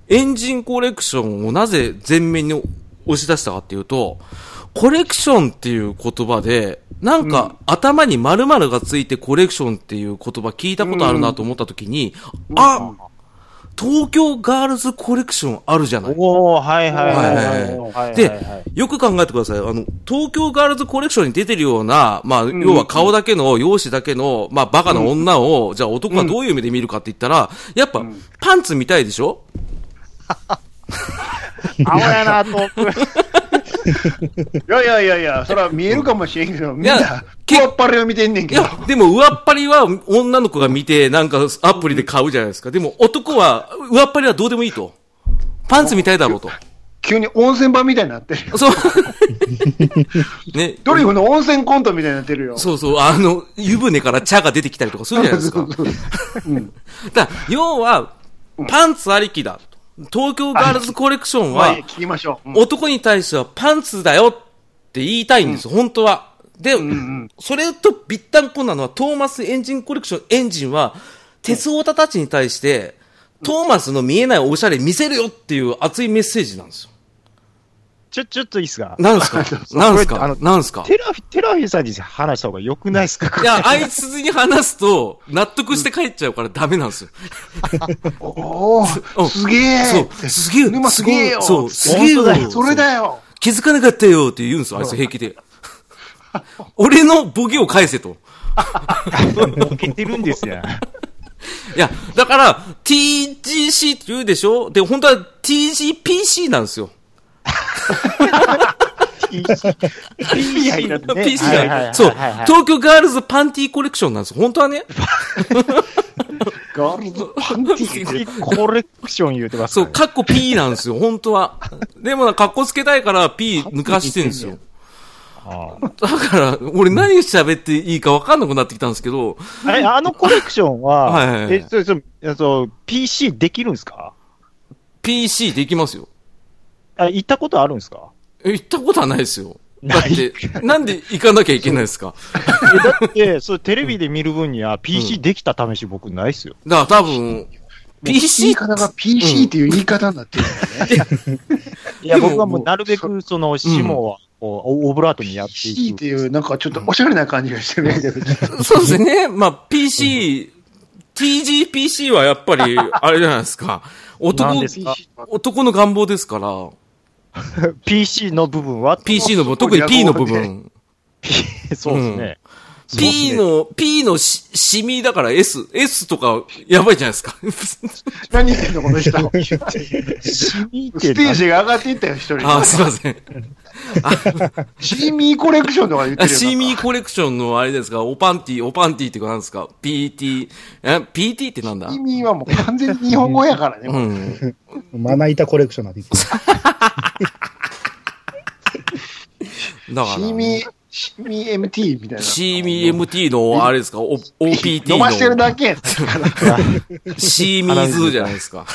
エンジンコレクションをなぜ前面に押し出したかっていうと、コレクションっていう言葉で、なんか頭に〇〇がついてコレクションっていう言葉聞いたことあるなと思った時に、あ東京ガールズコレクションあるじゃない。おー、はいはいはいはいはい。で、よく考えてください。あの、東京ガールズコレクションに出てるような、まあ、要は顔だけの、容姿だけの、まあ、バカな女を、じゃあ男はどういう目で見るかって言ったら、やっぱ、パンツ見たいでしょ青やな、遠く。いやいやいやいや、それは見えるかもしれんけど、みんいなや、けこっぱりを見てんねんいけど。や、でも、上っ張りは女の子が見て、なんかアプリで買うじゃないですか。でも、男は、上っ張りはどうでもいいと。パンツ見たいだろうと。急に温泉場みたいになってるよ。 そう。ね。ドリフの温泉コントみたいになってるよ。そうそう、あの、湯船から茶が出てきたりとかするじゃないですか。だから要は、パンツありきだ。東京ガールズコレクションまあはいい、、聞きましょう。うん男に対してはパンツだよって言いたいんです、本当は。で、それとぴったんこなのは、トーマスエンジンコレクション、エンジンは、鉄オタたちに対して、トーマスの見えないおしゃれ見せるよっていう熱いメッセージなんですよ。ちょ、ちょっといいっ すかな んすかなんすこれあのかなんすかテラフィ、テラフィさんに話した方が良くないですかいや、あいつに話すと、納得して帰っちゃうからダメなんですよ。おうんお、すげえ。そう、すげえ、沼すげえよ。そう、すげ本え当よだよ。それだよ。気づかなかったよって言うんですよ、あいつ平気で。俺のボケを返せと。ボケてるんですよ。いや、だから、TGC って言うでしょで、本当は TGPC なんですよ。いやいや PC が。そう。東京ガールズパンティーコレクションなんですよ。本当はね。ガールズパンティー。コレクション言うてますかそらう、ね。カッコ P なんですよ。本当は。でもな、カッコつけたいから P 抜かしてるんですよ。だから、俺何喋っていいか分かんなくなってきたんですけど、あれ、あのコレクショ ンはいはいはは、いえ、そう、そうえ、そう、PC できるんですか PC できますよ。あ、行ったことあるんですかえ、行ったことはないですよ。だ って、なんで行かなきゃいけないですかえだって、そう、テレビで見る分には PC できた試し僕ないっすよ。だから多分、言 PC い方が PC っていう言い方になってるからね。いや、でも僕はもうなるべく、その、下は、こう、オブラートにやってい PC っく。ていう、なんかちょっとおしゃれな感じがしてるんやけど。そうですね。まあ、PC、TGPC はやっぱ り、あれじゃないですか。何男で、すか男の願望ですから、 PC の部分は PC の部分、男特のに野望 P での部分。 そうですね。そうですね P の、P のし、シミだから S、S とか、やばいじゃないです か。何言ってんの、この人。 スシミっテてー何ジが上がっていったよ、一人。あ、すいません。シーミーコレクションとか言ってるよ。シーミーコレクションのあれですか、おパンティ、おパンティっていうか何ですか ?PT、え ?PT ってなんだシーミーはもう完全に日本語やからね。う。もうん まな板コレクションなんて言ってシだからーね、ミー、シーミー MT みたいな。 CMT の、あれですか、お OPT の。飲ましてるだけやん だから シーミーズじゃないですか。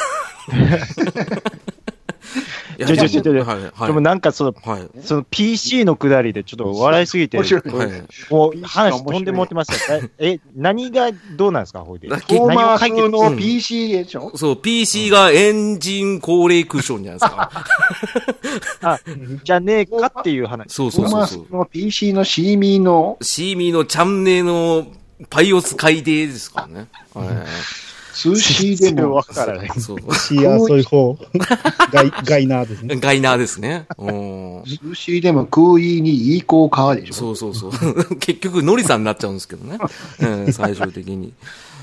やちょちょちょちょはい、はい。でもなんかその、はい。その PC のくだりでちょっと笑いすぎて面、白い。はいもう話飛んでもってますよ。え、え何がどうなんですか、ほいで。だフォーマー何を風解決の PC でしょそう、PC がエンジン高齢クッションじゃないですか。あ、じゃねえかっていう話。そうフそォうーそマうーそ風う。の PC のシーミーのシーミーのチャンネルのパイオツ改定ですからね。は通信でもわからない。い。そう。シーアーソイフ ォー。ガイ、ガイナーですね。ガイナーですね。うん。通信でも空位に移行かでしょそうそうそう。 結局、ノリさんになっちゃうんですけど ね。うん最終的に。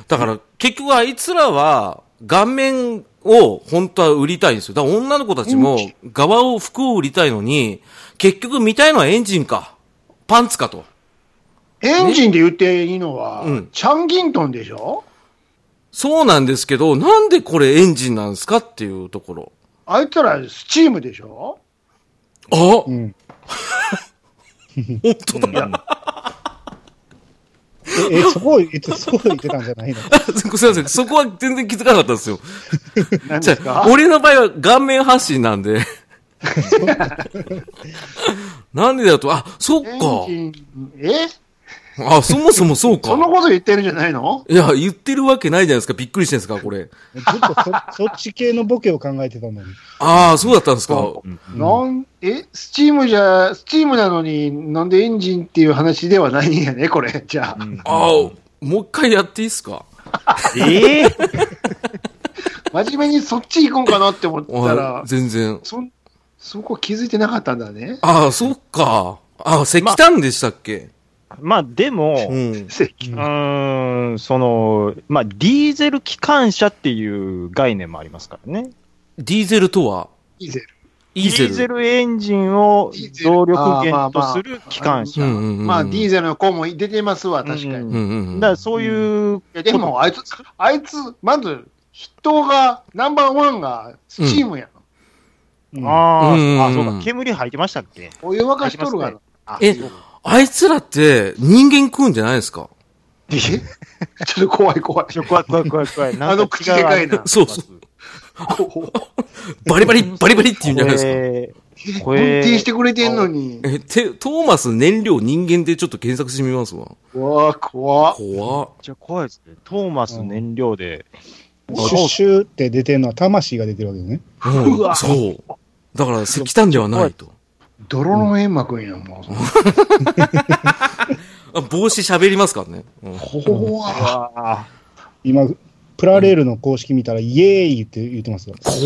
だから、結局あいつらは、顔面を本当は売りたいんですよ。だから女の子たちも、側を、服を売りたいのに、結局見たいのはエンジンか。パンツかと。エンジンで言っていいのは、うんチャンギントンでしょそうなんですけど、なんでこれエンジンなんですかっていうところ。あいつらスチームでしょあ、うん。本当だ。え、えそこを言って、そこを言ってたんじゃないの すいません。そこは全然気づかなかったんですよ。何ですじゃあか俺の場合は顔面発信なん で。なんでだと、あ、そっかエ。ンジン、えあ、そもそもそうかそ。のこと言ってるんじゃないのいや、言ってるわけないじゃないですか。びっくりしてんですか、これ。ずっとそ、そっち系のボケを考えてたのに。ああ、そうだったんですか。なんえ、スチームじゃ、スチームなのになんでエンジンっていう話ではないんやね、これ。 じゃあ、ああ、もう一回やっていいですか。ええ真面目にそっち行こうかなって思ったあら、全然。そん、そこ気づいてなかったんだね。ああ、そっか。ああ、石炭でしたっけ、 まあでも、うん。せうーん、その、まあディーゼル機関車っていう概念もありますからね。ディーゼルとはイーゼル。イーゼル。エンジンを動力源とする機関う車。んうんうんうん、まあ、ディーゼルの子も出てますわ、確かに。ううんんうんうんだからそういう、いやでも、あいつ、あいつ、まず、筆頭が、ナンバーワンが、スチームやん。うんあうんうんうんーあ、そうか、煙吐いてましたっけお湯沸かしとるがな。え、あいつらって人間食うんじゃないですかえ ちょっと怖い怖い。ちょ怖い怖い怖い怖い。あの口でかいな。そうそう。 バリバリ、バリバリって言うんじゃないですか。えー運これ転してくれてんのに。え、て、トーマス燃料人間でちょっと検索してみますわ。怖怖怖っ。じゃ怖いですね。トーマス燃料で。シュッシュって出てるのは魂が出てるわけですね。うわそう。だから石炭ではないと。泥の煙幕やん、もあ帽子喋りますからね。うんう。怖あ今、プラレールの公式見たら、イエーイって言ってますよ。怖っ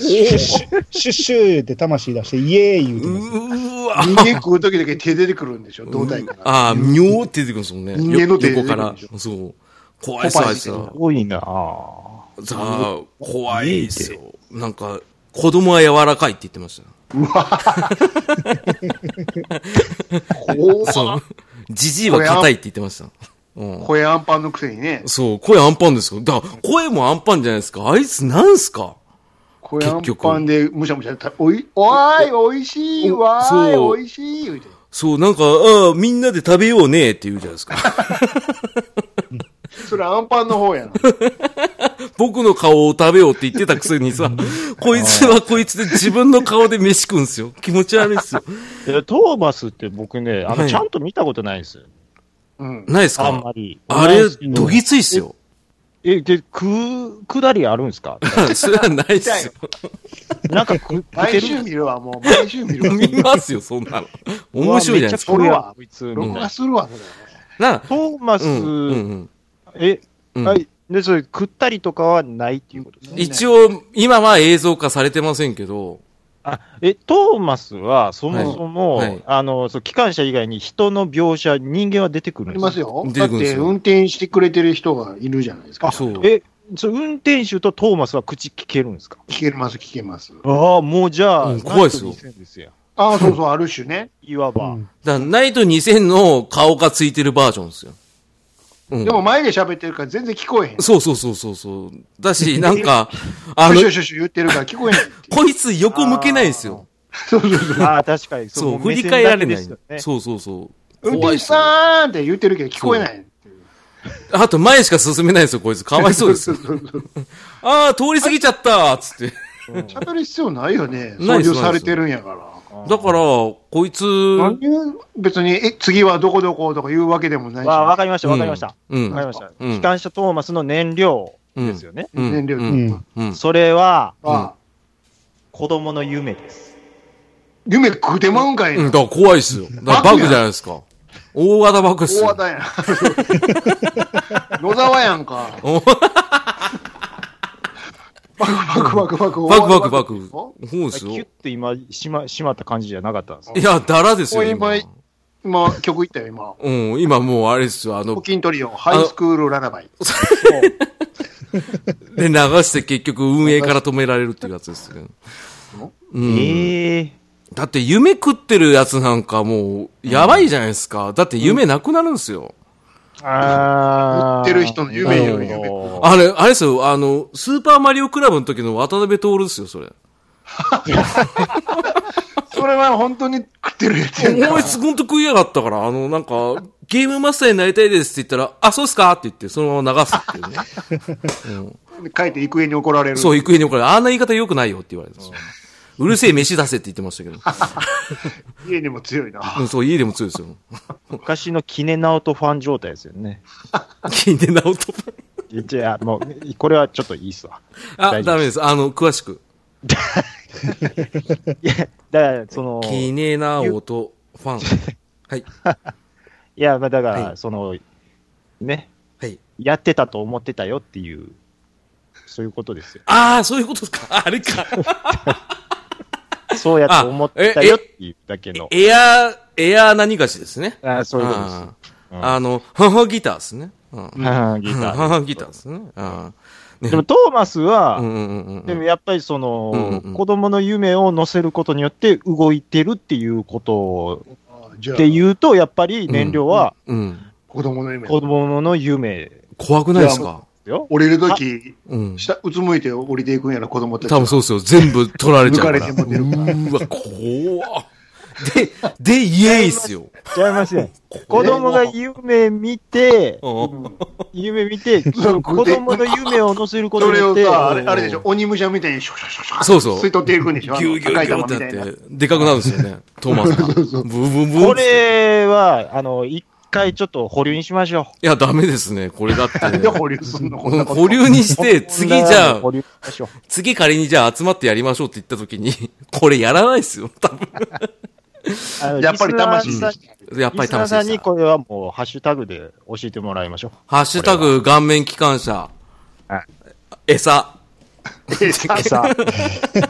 シュッシュシュッシュって魂出して、イエーイ言ってます。うわ人間食うときだけ手出てくるんでしょ、胴体から。ああ、妙って出てくるんですもんね。人間の手横か出らてくる。そう。怖いっすよ、あいつポパらあ、。多いな。あさあ、怖いっすよ。なんか、子供は柔らかいって言ってましたよ。そ怖う。じじいは硬いって言ってました。うん。声アンパンのくせにね。そう、声アンパンですよ。だから、声もアンパンじゃないですか。あいつなんすか声アンパンでむしゃむしゃ食べおい、おーい、おいしい、わーい、そうおいしい、言うて。そう、なんか、ああ、みんなで食べようねって言うじゃないです か。それアンパンの方 やな。僕の顔を食べようって言ってたくせに さ、こいつはこいつで自分の顔で飯食うんすよ。気持ち悪いっすよ。ーいやトーマスって僕ね、あはの、いちゃんと見たことないんですよ。うん。ないですあんかまり。あれ、どぎついっすよ。え、で、く、くだりあるんで すかそれはないっすよ。なんかく、食って毎週る見るわ、もう。毎週見るわ。見ますよ、そんなの。面白いじゃないですか。かうわめっちゃ食うわこいつみ録たい画なするわ、それ。なトーマス、うん、うん、え、うん。ははいい。で、それ食ったりとかはないっていうことですね。一応、今は映像化されてませんけど、あ、え、トーマスは、そもそも、はいはいあの、そう、機関車以外に人の描写、人間は出てくるあんりですかますよ。出だってくるんですて、よ運転してくれてる人がいるじゃないですか。そう。え、そう運転手とトーマスは口聞けるんですか聞けます、聞けます。ああ、もうじゃあ、うん怖いっすよなんと2000ですよ。ああ、そうそう、ある種ね。いわば。うんだからナイト2000の顔がついてるバージョンですよ。うん。でも前で喋ってるから全然聞こえへん。そうそうそうそうそう。だし、なん か、ああのシュ、シュシュシュ言ってるから聞こえないっていう。こいつ横向けないんですよ。そうそうそう。ああ、確かに。 そう、の振目線り返られだなけでいすよね。。そうそうそう。運 怖転手いっすよさーんって言ってるけど聞こえない。あ と前しか進めないんですよ、こいつ。かわいそうですよ。ああ、通り過ぎちゃったーっつって。うん喋る必要ないよね。そうないでいすうされてるんやから。だから、こいつ、何を別に、え、次はどこどことか言うわけでもないし、わわかりました、わかりました。うん。わかりました。うん機関車トーマスの燃料うんですよね。うん燃料うに。ん。うんうん。それは、ああ、子供の夢です。夢食うてまうんかいな。うん、だから怖いっすよ。だからバッグじゃないですか。大型バッグっす大よ。和 田やん。野沢やんか。おバクバクバクバク。バッグバッグバッおグ。そうですキュッよ。て今、しま、しまった感じじゃなかったんですいや、だらですよ、お今今。今、曲いったよ、今。うん、今もうあれですよ、あポの、キントリオン、ハイスクールララバイ。で流して結局運営から止められるっていうやつですよ。うん。ええだって夢食ってるやつなんかもう、やばいじゃないですか。だって夢なくなるんですよ。売ああ。ってる人の夢より夢。おーあれ、あれですよ、あの、スーパーマリオクラブの時の渡辺徹ですよ、それ。それは本当に食ってるやつやんお前か。すごんと食いやがったから、あの、なんか、ゲームマスターになりたいですって言ったら、あ、そうっすかって言って、そのまま流すって いうね。書いて行方に怒られる。そう、行方に怒られる。あんな言い方良くないよって言われたんですよ。うるせえ飯出せって言ってましたけど。家にも強いな。うん、そう、家でも強い ですよ。昔のキネナオトファン状態ですよね。聞いてなおと。いや、もう、これはちょっといいっすわ。あ、大丈夫ですダメです。あの、詳しく。いや、だから、その、きいねえなおと、ファン。はい。や、まあだから、はいその、ね、はい。やってたと思ってたよっていう、そういうことですよ。ああ、そういうことですか。 あれか。そうやって思ってたよっていうだけの。エアー、エアー何がしですね。あそういうことです。あうーんあの、ハンハンギターですね。うん。はいギター。 ハンハンギターですね。あーでも、トーマスうは、んうんうんうでもん。やっぱりその、うんうんうん子供の夢を乗せることによって動いてるっていうことあじゃあで、言うと、やっぱり燃料はうん。子供の夢。子供の夢で怖くないですかすよ。降りるとき、うん。下、うつむいて降りていくんやろ、子供たち。多分そうですよ。全部取られちゃうから。抜かれてうーわ、怖っで、で、イエーイっすよ。ちゃいます ね。子供が夢見て、うん夢 見て、そ子う供の夢を乗せることそにれよっをて、さ、あうれんあれでしょ、鬼武者みたいにシュワシュワシュワシュワそうそう吸い取っていくんでしょぎゅうぎゅう赤ぎいゅう玉っみてたいやなっ。て、でかくなるんですよね。トーマスが。ブンブンブン。これは、あの、一回ちょっと保留にしましょいや、ダメですね。これだって。なんで保留すんのこんなこと。保留にしう。て、次じゃあ保、留にしましょう。次仮にじゃあ集まってやりましょうって言った時に、 これやらないですよ。多分あのやっぱり魂リスナーさんやっぱリりスナー楽しいさんでにす。これはもうハッシュタグで教えてもらいましょう。ハッシュタグ、顔面機関車はい。餌。餌。あ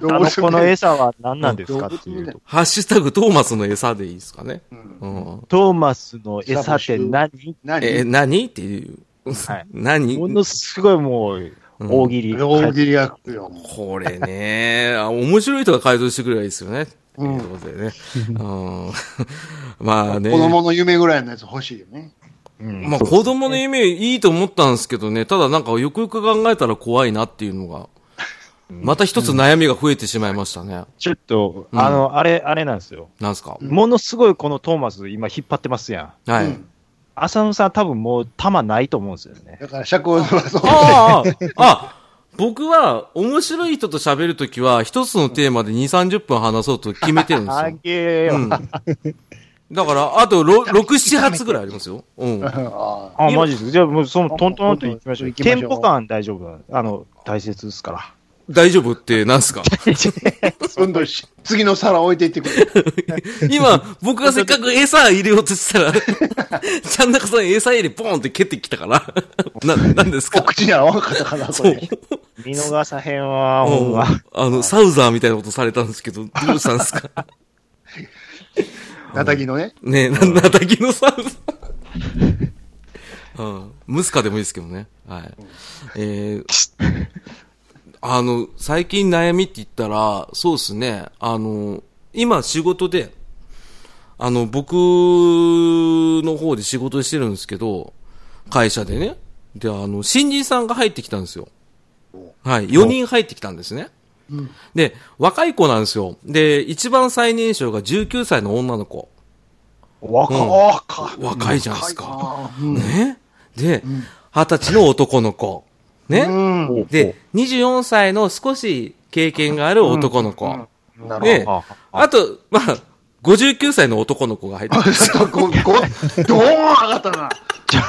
動の、物この園餌は何なんですかっていうと。ハッシュタグ、トーマスの餌でいいですかね。うん。トーマスの餌って何何え、何っていう。はい 何ものすごいもう、うん大喜利。大喜利が来るよ。これね、あ面白い人が改造してくればいいですよね。ううん、んということでね。うん、 まあね。子供の夢ぐらいのやつ欲しいよね。うんまあ子供の夢いいと思ったんですけどね、ただなんかよくよく考えたら怖いなっていうのが、また一つ悩みが増えてしまいましたね。ちょっと、うんあの、あれ、あれなんですよ。なんすか、ものすごいこのトーマス今引っ張ってますやん。はい。うん浅野さん多分もう弾ないと思うんですよね。だから尺を伸ばそう。 ああ、あ僕は面白い人と喋るときは一つのテーマで2、30分話そうと決めてるんですあよ。げよ。うん。だから、あとろ6、7発ぐらいありますよ。うん。あああ、マジです。じゃあもうそのトントンと行きましょう。行きましテょうンポ感大丈夫なあの、大切です から。大丈夫ってなんすかどんどんし次の皿置いていってくれ。今、僕がせっかく餌入れようとしたら、 ちゃん中さん餌入れポンって蹴ってきたから、 な、なんですおか口に合わんかったかな、こそうれ。。見逃さへんわ、ほんうんま。あの、サウザーみたいなことされたんですけど、どうしたんですかたたきのね。ねえ、な、なたきのサウザー。うん。ムスカでもいいですけどね。はい。えー、あの、最近悩みって言ったら、そうですね、あの、今仕事で、あの、僕の方で仕事してるんですけど、会社でね。で、あの、新人さんが入ってきたんですよ。はい。4人入ってきたんですね。で、若い子なんですよ。で、一番最年少が19歳の女の子。わかうんああ、か。若いじゃないですか。か。ね。で、二十歳の男の子。うね。ん。で、24歳の少し経験がある男の子。なで、あああと、まあ、59歳の男の子が入ってある。ちょっとこうこうドーン上がったな。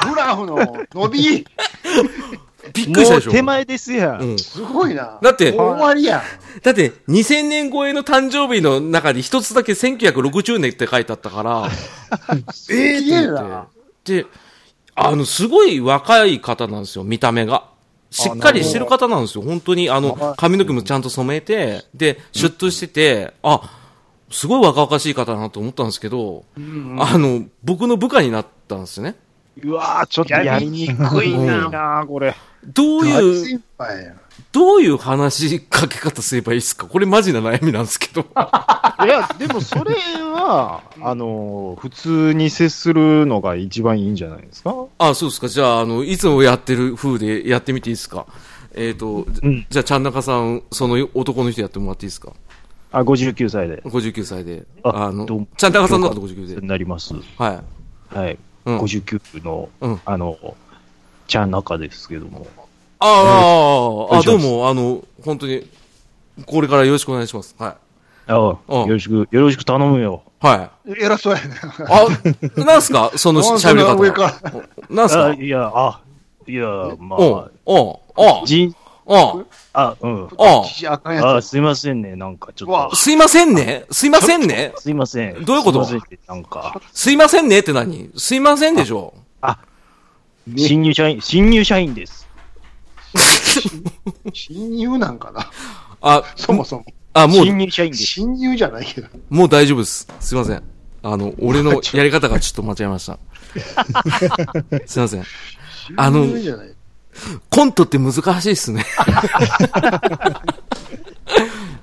グラフの伸び、びっくりしたもでうしょ。手前ですや。うんん。すごいな。だって終わりやん。だって、2000年超えの誕生日の中に一つだけ1960年って書いてあったから、えええな。で、あの、すごい若い方なんですよ、見た目が。しっかりしてる方なんですよ、本当に。あの、髪の毛もちゃんと染めて、で、シュッとしてて、あ、すごい若々しい方だなと思ったんですけど、あの、僕の部下になったんですよね。うわーちょっとややりりににくいな。なこれ。どう大いう、先輩やん。どういう話しかけ方すればいいですかこれマジな悩みなんですけど。いや、でもそれは、あのー、普通に接するのが一番いいんじゃないですかあ、そうですか。じゃあ、あの、いつもやってる風でやってみていいですかえっ、と、じゃうんじゃあ、ちゃんなかさん、その男の人やってもらっていいですかあ、59歳で。 59歳で。ああのどうも、ちゃんなかさんだと59で。なります。はい。はい。うん。 59の、うんあの、ちゃん中ですけども。ああ、あああ、お願いしますどうも、あの、本当に、これからよろしくお願いします。はあようんろしく、よろしく頼むよ。い。はい。偉そうやな。あ、 なんすかそのなん喋りそんな上か方。おなんすあかいや、あ、いや、まおあう、おうおうじん、おうあ、うん。おうあかんやあ、つ。すいませんね、なんかちょうわっと。すいませんねすいませんねすいません。どういうことすいませんねなんか、すいませんねって何すいませんでしょ新入社員、新入社員です。親友なんかな。あ、そもそも。あ、もう、新入社員です。親友じゃないけど。もう大丈夫です。すいません。あの、俺 のやり方がちょっと間違えました。すいません。あの親友じゃない。コントって難しいっすね。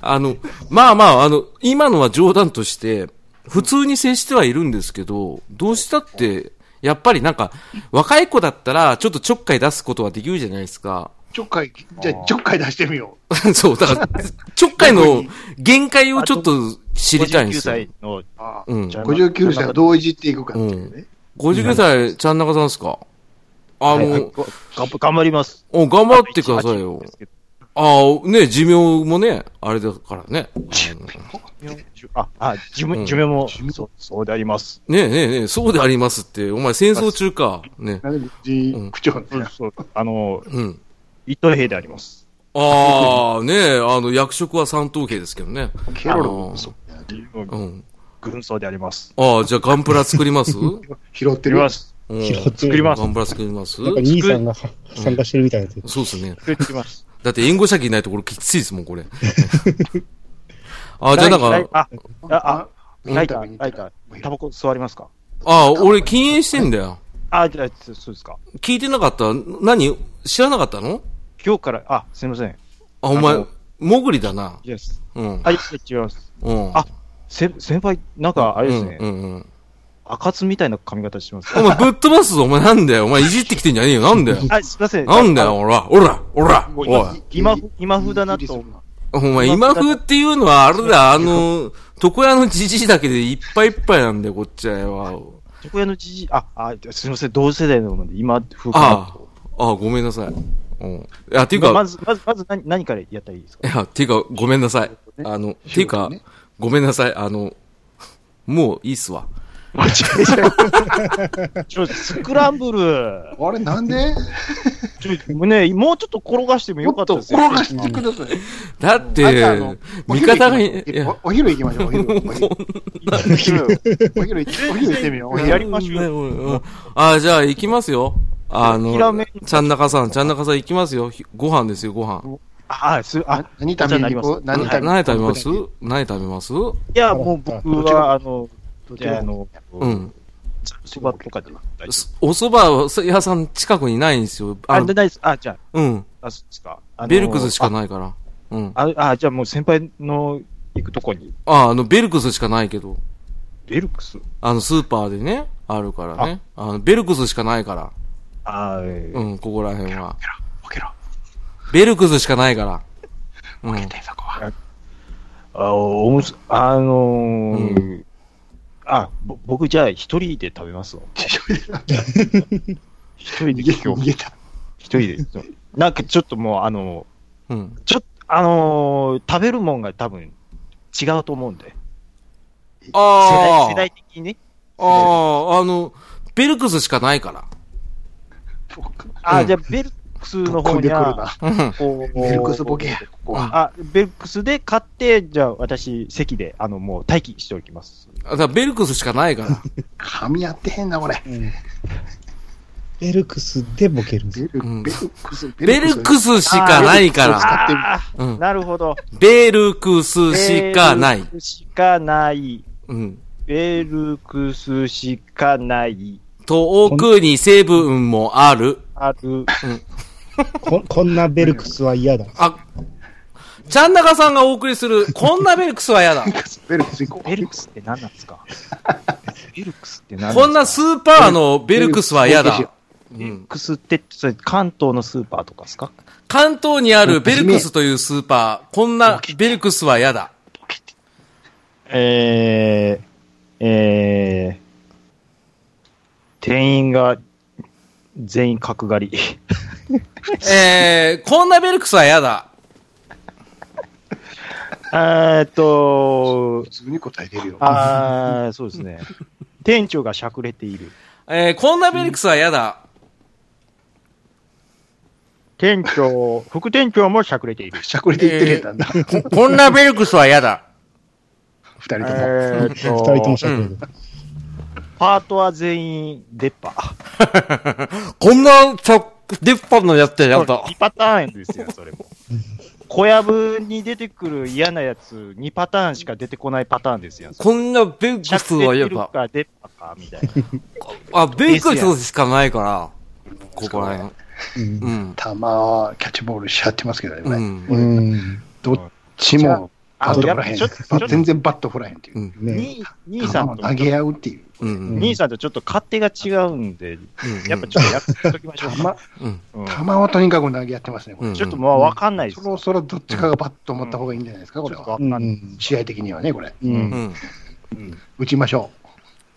あの、まあまあ、あの、今のは冗談として、普通に接してはいるんですけど、どうしたって、やっぱりなんか、若い子だったら、ちょっとちょっかい出すことはできるじゃないですか。 ちょっかい、じゃあちょっかい出してみよう。そう、だから、ちょっかいの限界をちょっと知りたいんですよ。 59歳の、ああうん。 59歳をどういじっていくかっていうね。 59歳、ちゃん中さんですかあの、はいが頑張ります。お、頑張ってくださいよ。ああ、ね、寿命もね、あれだからね。あのあ、あ、寿うん命、寿命も、そう、そうであります。ねえねえねえ、そうでありますって、お前戦争中か。ね。なんで、じうん口調ねそうそう、あの、うん。一等兵であります。ああ、ねえ、あの、役職は三等兵ですけどね。ケロロあ君、ーそううん。軍曹であります。ああ、じゃあガンプラ作りますう拾って作るりよま。す。ん。拾ってる作りますガンプラ作りますなんか兄さんがは参加してるみたいなやつ。そうですね。作ります。だって援護射撃ないところきついですもん、これ。ああ、じゃあなんライか、あ、あ、あ、うんライター、ライター、タバコ吸われますかああ、俺禁煙してんだよ。あ、じゃあ、そそうですか。聞いてなかった何知らなかったの今日から、あ、すいません。あ、お前の、もぐりだな。イエス。うん。はい、違います。うん。あせ、先輩、なんか、あれうですんね、うんうん。赤津みたいな髪型してます。お前ぶっ飛ばすぞ、お前なんだよ。お前いじってきてんじゃねえよ。なんだよ。あ、すいませ ん。なんだ よ、おら、おら、おら、もうおい。今今風だなとお前今風っていうのはあれだ、あの、床屋のじじいだけでいっぱいいっぱいなんだよ、こっちは。あ。床屋のじじい、あ、あ、すいません、同世代なので、今風かなあと。あ、ああ、ごめんなさい。うん。あ、っていうまか、ず、まず、まず何、何からやったらいいですか いや、っていうか、ごめんなさい。あの、っていうか、ごめんなさい。あの、もういいっすわ。ちょ、スクランブル。あれなんでちょ、もうね、もうちょっと転がして もよもかっったとです転よ。がしてください。だっあじてゃああの、お味昼行き方ましょがうい、いや、おお昼行きましょう、お 昼。お昼お昼お昼行きお昼行ってみよう、おや昼。りましょううんうんあ、じゃあ行きますよ。あのひらめ、ちゃんなかさん、ちゃんなかさん行きますよ。ひご飯ですよ、ご飯。あ、す、ああ、何食べに行こうお何食何べ食べますど何食べますいや、もう僕どちらは、あの、っちじゃあ、らあもの、うん。そばとかでも大丈夫すお蕎麦屋さん近くにないんですよ。あ、あでないです。あ、じゃうん。あ、あ、そうですか。あのベルクスしかないから。うん。あ、あ、じゃあもう先輩の行くとこに。あ、あの、ベルクスしかないけど。ベルクスあの、スーパーでね、あるからね。あの、ベルクスしかないから。あー、えーうん、ここら辺は。ボケろ、ベルクスしかないから。うん。そこは。あ、おもし、あのーうあ、ぼ僕じゃあ一人で食べますわ。一人で逃げ今逃日、げた。 一人で。なんかちょっともうあのうん。ちょっと、あのー食べるもんが多分違うと思うんで。世あ代世あ代、的にね。ああ、あの、ベルクスしかないから。あ、うんじゃあベルクスの方んでくにるは、な。うんこうベルクスボケや、ここは。あ、ベルクスで買って、じゃあ私、席で、あの、もう待機しておきます。あだからベルクスしかないから。噛み合ってへんな、これ。うんベルクスでボケるんですベよ。ルうんベルクス、ベルクスしかないかあーら。使うんなるほど。ベルクスしかなベいル。クスしかない。うん。ベルクスしかない。遠くにセブンもある。ある。ここんなベルクスは嫌だ。あ、ちゃんなかさんがお送りする、こんなベルクスは嫌 だ。ベルクス行こう。ベルクスって何なん ですかベルクスって何こんなススーパーのベルクスは嫌だ。うベルん、クスって、それ関東のスーパーとかですか関東にあるベルクスというスーパー、こんなベルクスは嫌だ。えー、えー、店員が全員角刈 り。えー、こんなベルクスは嫌だ。えーっと普、通に答えてるよ。あー、 そうですね。店長がしゃくれている。えー、こんなベルクスは嫌だ。店長、副店長もしゃくれている。しゃくれて言ってるやったんだ。こんなベルクスは嫌だ。二え人とも。ーっと、二人ともしゃべる。パートは全員出っ歯。こんな、ちょ、出っ歯のやつは嫌だ。 2パターンですよ、それも。小籔に出てくる嫌なやつ、2パターンしか出てこないパターンですよ。こんなベルクしゃスくれはて嫌いるだ。か出っ歯か、みたいな。あ、ベルクスしかないから、ここらうん辺。うん。たまキャッチボールしちゃってますけどね。こうれん。うん。どっちもバあットの、や振らっぱへんちょっと、ちょっ。と全、然バット振らへんっていうう。ん。ね兄兄球さをんと投、げ合うっていう。うん。うん。兄さんとちょっと勝手が違うんで、やっぱちょっとやっときましょう球、か。うん。うん球をとにかく投げ合ってますね、こうれ。ん。ちょっともうわかんないでそす。ちょろそろどっちかがバットを持った方がいいんじゃないですか、こっれとはわ。うかんない。ん。試合的にはね、これ。う。うんん。打ちましょ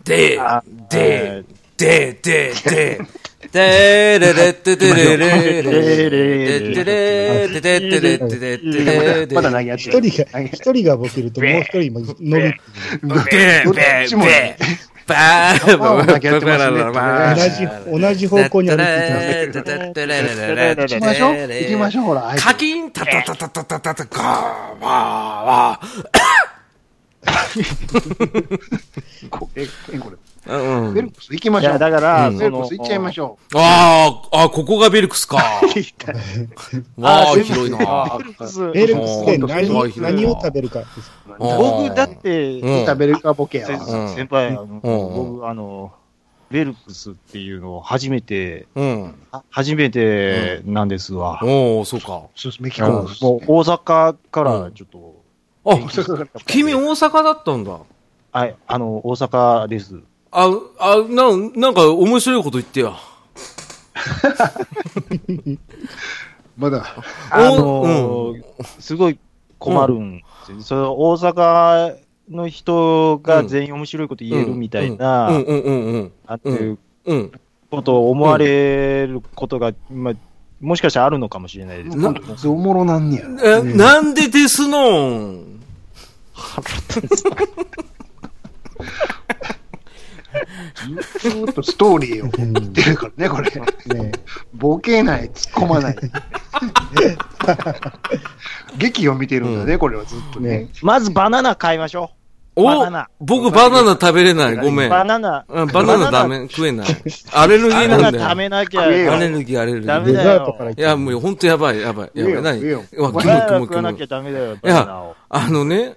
であ、で、で、で、で、でれれってでれれれれでれでででででう。でででまだ投げ合って一る。人が、一人がボケるともう一人も乗る。でどっちもねバーンバーンバーンバーンバーン同じ、同じ方向に歩いていき行きまます。しょう。行きましょう、ほら。カキンタタタタタタタタガーワーこえ、えこれ。ワーうベんルクス行きまいしょや、う。だから、ベルクス行っちゃいましょょあーあ、ここがベルクスか。わあ、広いな。ベルクスベルクスで何うん何を食べるか。僕だって、うんう。食べるかボケや先わ。うん先輩、あのうん僕、あの、ベルクスっていうのを初めて、うん。は初めてなんですわ。おお、そうか。そうです、メキうんもコう。大阪からちょっと、あ、君大を阪だったんだ。はい、あの、大阪です。あ、あ、なん、なんか面白いこと言ってよ。まだ、あの、すごい困るんですよねそれ大阪の人が全員面白いこと言えるみたいうんな、うんうんうん。あっていううん。ことを思われることが、まあ、もしかしたらあるのかもしれないですね。なおもろなんねや。え、なんでですのんずーっとストーリーを言ってるからね、これ。ねボケない、突っ込 まない。劇を見てるんだね、これはずっとねね。まずバナナ買いましょバおナナ僕バナナ食べれない。ごめう。ん。バうんナナ。バナナダメ。食えない。アレルギバーナなナんだよ。食べなきゃ。食べよアレルギー、アレルギダデメー。だザートから行いや、もう本当やばい、やばい。やばい。な食えよい。わ、食キえバよナナムキ食わなムきキゃダメだよ、いバナナやを。、あのね、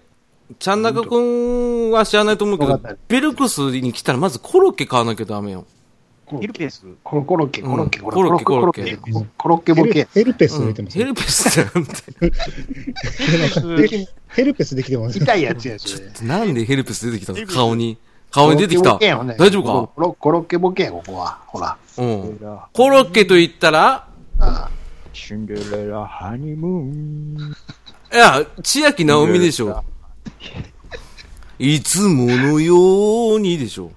ちゃんなかくんは知らないと思うけわどかった、ベルクスに来たらまずコロッケ買わなきゃダメよ。コロヒッルケペース。コロコロッケ、うんコロッケ、コロッケコロッコロッケ、ケコロッケコロッケボヘルケ。ヘルペスう出んてますヘ。ルペスじゃなくて。ヒルペース。ヘルヘルペスできてます。痛いやつやつ。なんでヘルペス出てきたのヘルペス顔に。顔に出てきた。大丈夫かコロコロッケボケや、ここは。ほら。うん。コロッケと言ったら、あシンデレラハニムーン。いや、千秋直美でしょ。いつものようにでしょ。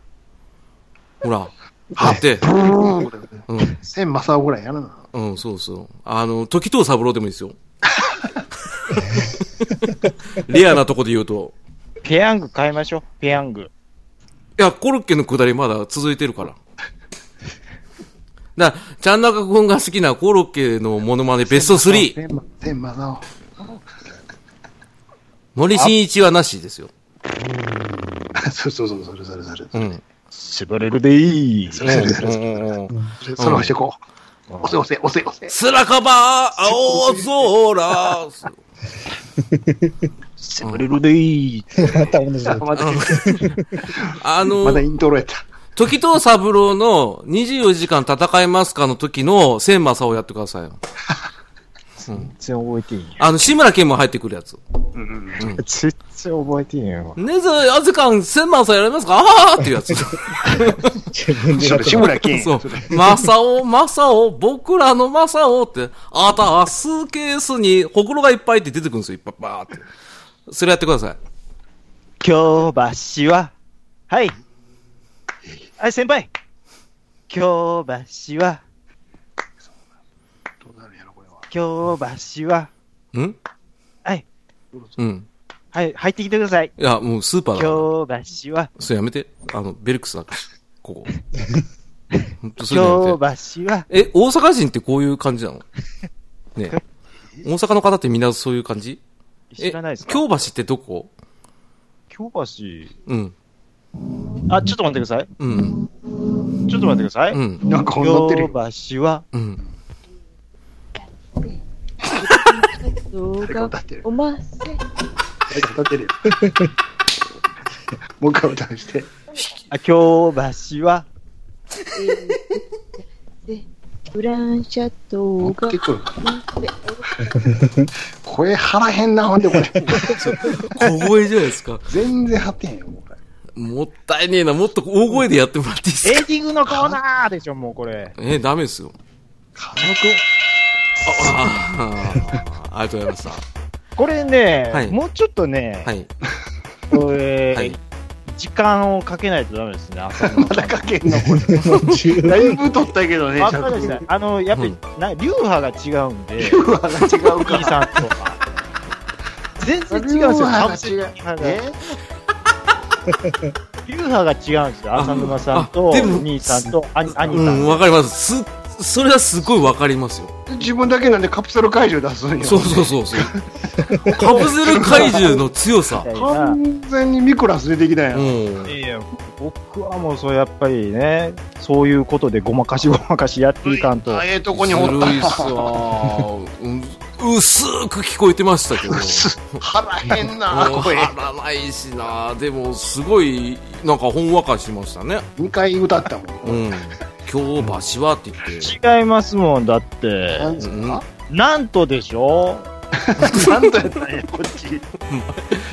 ほら。だって、あブーンうん、千正夫ぐらいやるな。うん、そうそう。あの、時藤三郎でもいいですよ。レアなとこで言うと。ペヤング買いましょう。ペヤング。いや、コロッケのくだりまだ続いてるから。だから、ちゃんなかくんが好きなコロッケのモノマネベスト3。天馬、天馬の。森進一はなしですよ。 そうそうそう、それそれそれ。うん。絞れるでいい。それそれそれそれ。それその押してこう。押せ押せ押せ押せ。すらかば、青空。絞れるでいい。また同じだ。まだ、あまだの、イントロやった。時藤三郎の24時間戦いますかの時の千正をやってくださいよ。全然覚えていいんや。あの、志村けんも入ってくるやつ。全然覚えていいんや。ねず、あずかん、千正やられますかあーっていうやつ。自分でそやっれ、た志村けん。そうそれ。マサオ、マサオ、僕らのマサオって、あた、スーケースにほくろがいっぱいって出てくるんですよ。いっぱいバーって。それやってください。京橋は、はい。はい、先輩。京橋は、どうなるんやろ、これは。京橋は、んはい。うん。はい、入ってきてください。いや、もうスーパーだから。京橋は、それやめて。あの、ベルクスだから。ここ。ほんとそれやめ京て。橋は、え、大阪人ってこういう感じなのねえ大阪の方ってみんなそういう感じ知らないですえか京橋ってどこ京橋。うん。あ、ちょっと待ってください。うん。ちょっと待ってください。うん。なんかほん乗ってる京よ。橋は、うん。動誰か歌ってるおませ。誰か歌ってる よ。もう一回歌わして。あ、京橋は、で、ブランシャトーが結。構、声張らへんな、ほんで、これ。小声じゃないですか。全然張ってへんよ、もうこれ。もったいねえな。もっと大声でやってもらっていいですエかンディングのコーナーでしょ、もうこれ。えダメですよ。家族ああ、ありがとうございました。これね、はいもうちょっとね、はい。これはい時間をかけないとダメ ですね、朝の。まだかけん の、これ。十だいぶ取ったけどね、あそうですねあの、やっぱり、うな流派が違うんで、うわ違うおかじ。さんとか。全然違うんですよ、流派がえ 流派が違うんですよ、浅沼さんあと、でも兄さんと、兄兄さんう。ん、わかります。す、それはすごいわかりますよ。自分だけなんでカプセル解除出すんよ。そうそうそうそう。カプセル怪獣の強さみ。たいな完全にミクラス出てきたや。うんんい。やいや僕はもうそうやっぱりねそういうことでごまかしごまかしやっていかんとあええとこにおったずるいっすわ。うん薄く聞こえてましたけど。張らへんな、もう声。張らないしな。でも、すごい、なんかほんわかしましたね。 2回歌ったも。うんん。京橋はって言って。違いますもんだってなんすかなんとでしょなんとやったんや、こっち。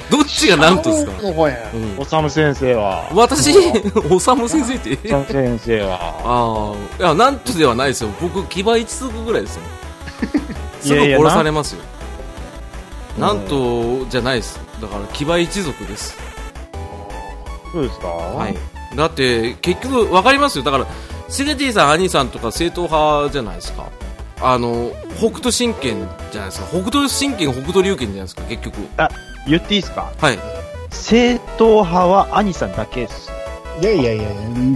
どっちがなんとですかの方やう。んお。さむ先生は 私、おさむ先生って。おさむ先生はああ、いや、なんとではないですよ。僕、牙一族ぐらい ですよ。すぐいやいや殺されますよ。ななんんとじゃないです。だから、牙一族です。そうですかははい。だって、結局、わかりますよ。だから、シゲティさん、兄さんとか正統派じゃないですか。あの、北斗神拳じゃないですか。北斗神拳、北斗龍拳じゃないですか、結局。言っていいですかはい。正統派は兄さんだけですいやいやいや、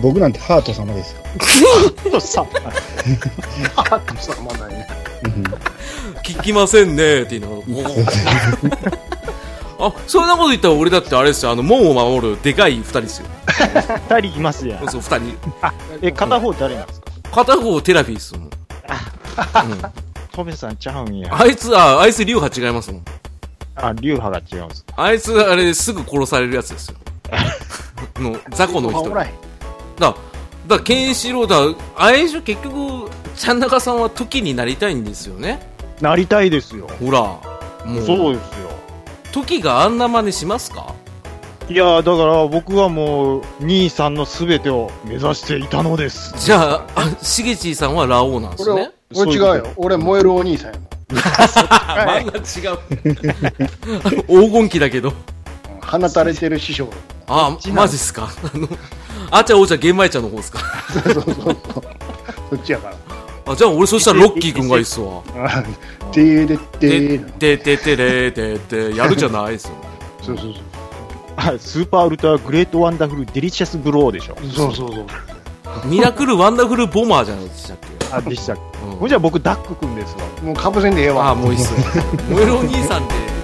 僕なんてハート様ですよ。とさあっさまないね。うん聞きませんねっていうのが、あ、そんなこと言ったら俺だってあれですよ。あの、門を守るでかい二人ですよ。二人いますやんそう、二人。え片方誰なんですか片方テラフィーっすもん。うんトメさんちゃうんやあいつ、あ、あいつ流派違いますもん。あ流派が違うんですあいつ、あれ、すぐ殺されるやつですよ。あの、雑魚の人。おらだ、へだん。からケンシロウだ、あれでしょ、結局、ちゃんなかさんは時になりたいんですよね。なりたいですよほら。もそうう、ですよ時があんな真似しますかいやーだから僕はもう兄さんのすべてを目指していたのですじゃあ、あしげちーさんはラオウなんですね。俺違うよ。俺、燃えるお兄さんやもん。漫画違う。 黄金期だけど。放たれてる師匠。あ、マジっすか。 あの、あちゃおちゃ玄米茶の方ですか。 そうそうそう。そっちやから。 あ、じゃあ俺そしたらロッキーくんがいいっすわ。あでででてなてててれてて、やるじゃないですよ。 そうそうそう。あスーパーウルトラグレートワンダフルデリシャスブローでしょ。そうそうそう。ミラクルワンダフルボマーじゃないでしたっけあ、でしたっけ。うんほんじゃ僕、ダックくんですわ。もうかぶせんでええわ。ああ、もういいっす。燃えるお兄さんで。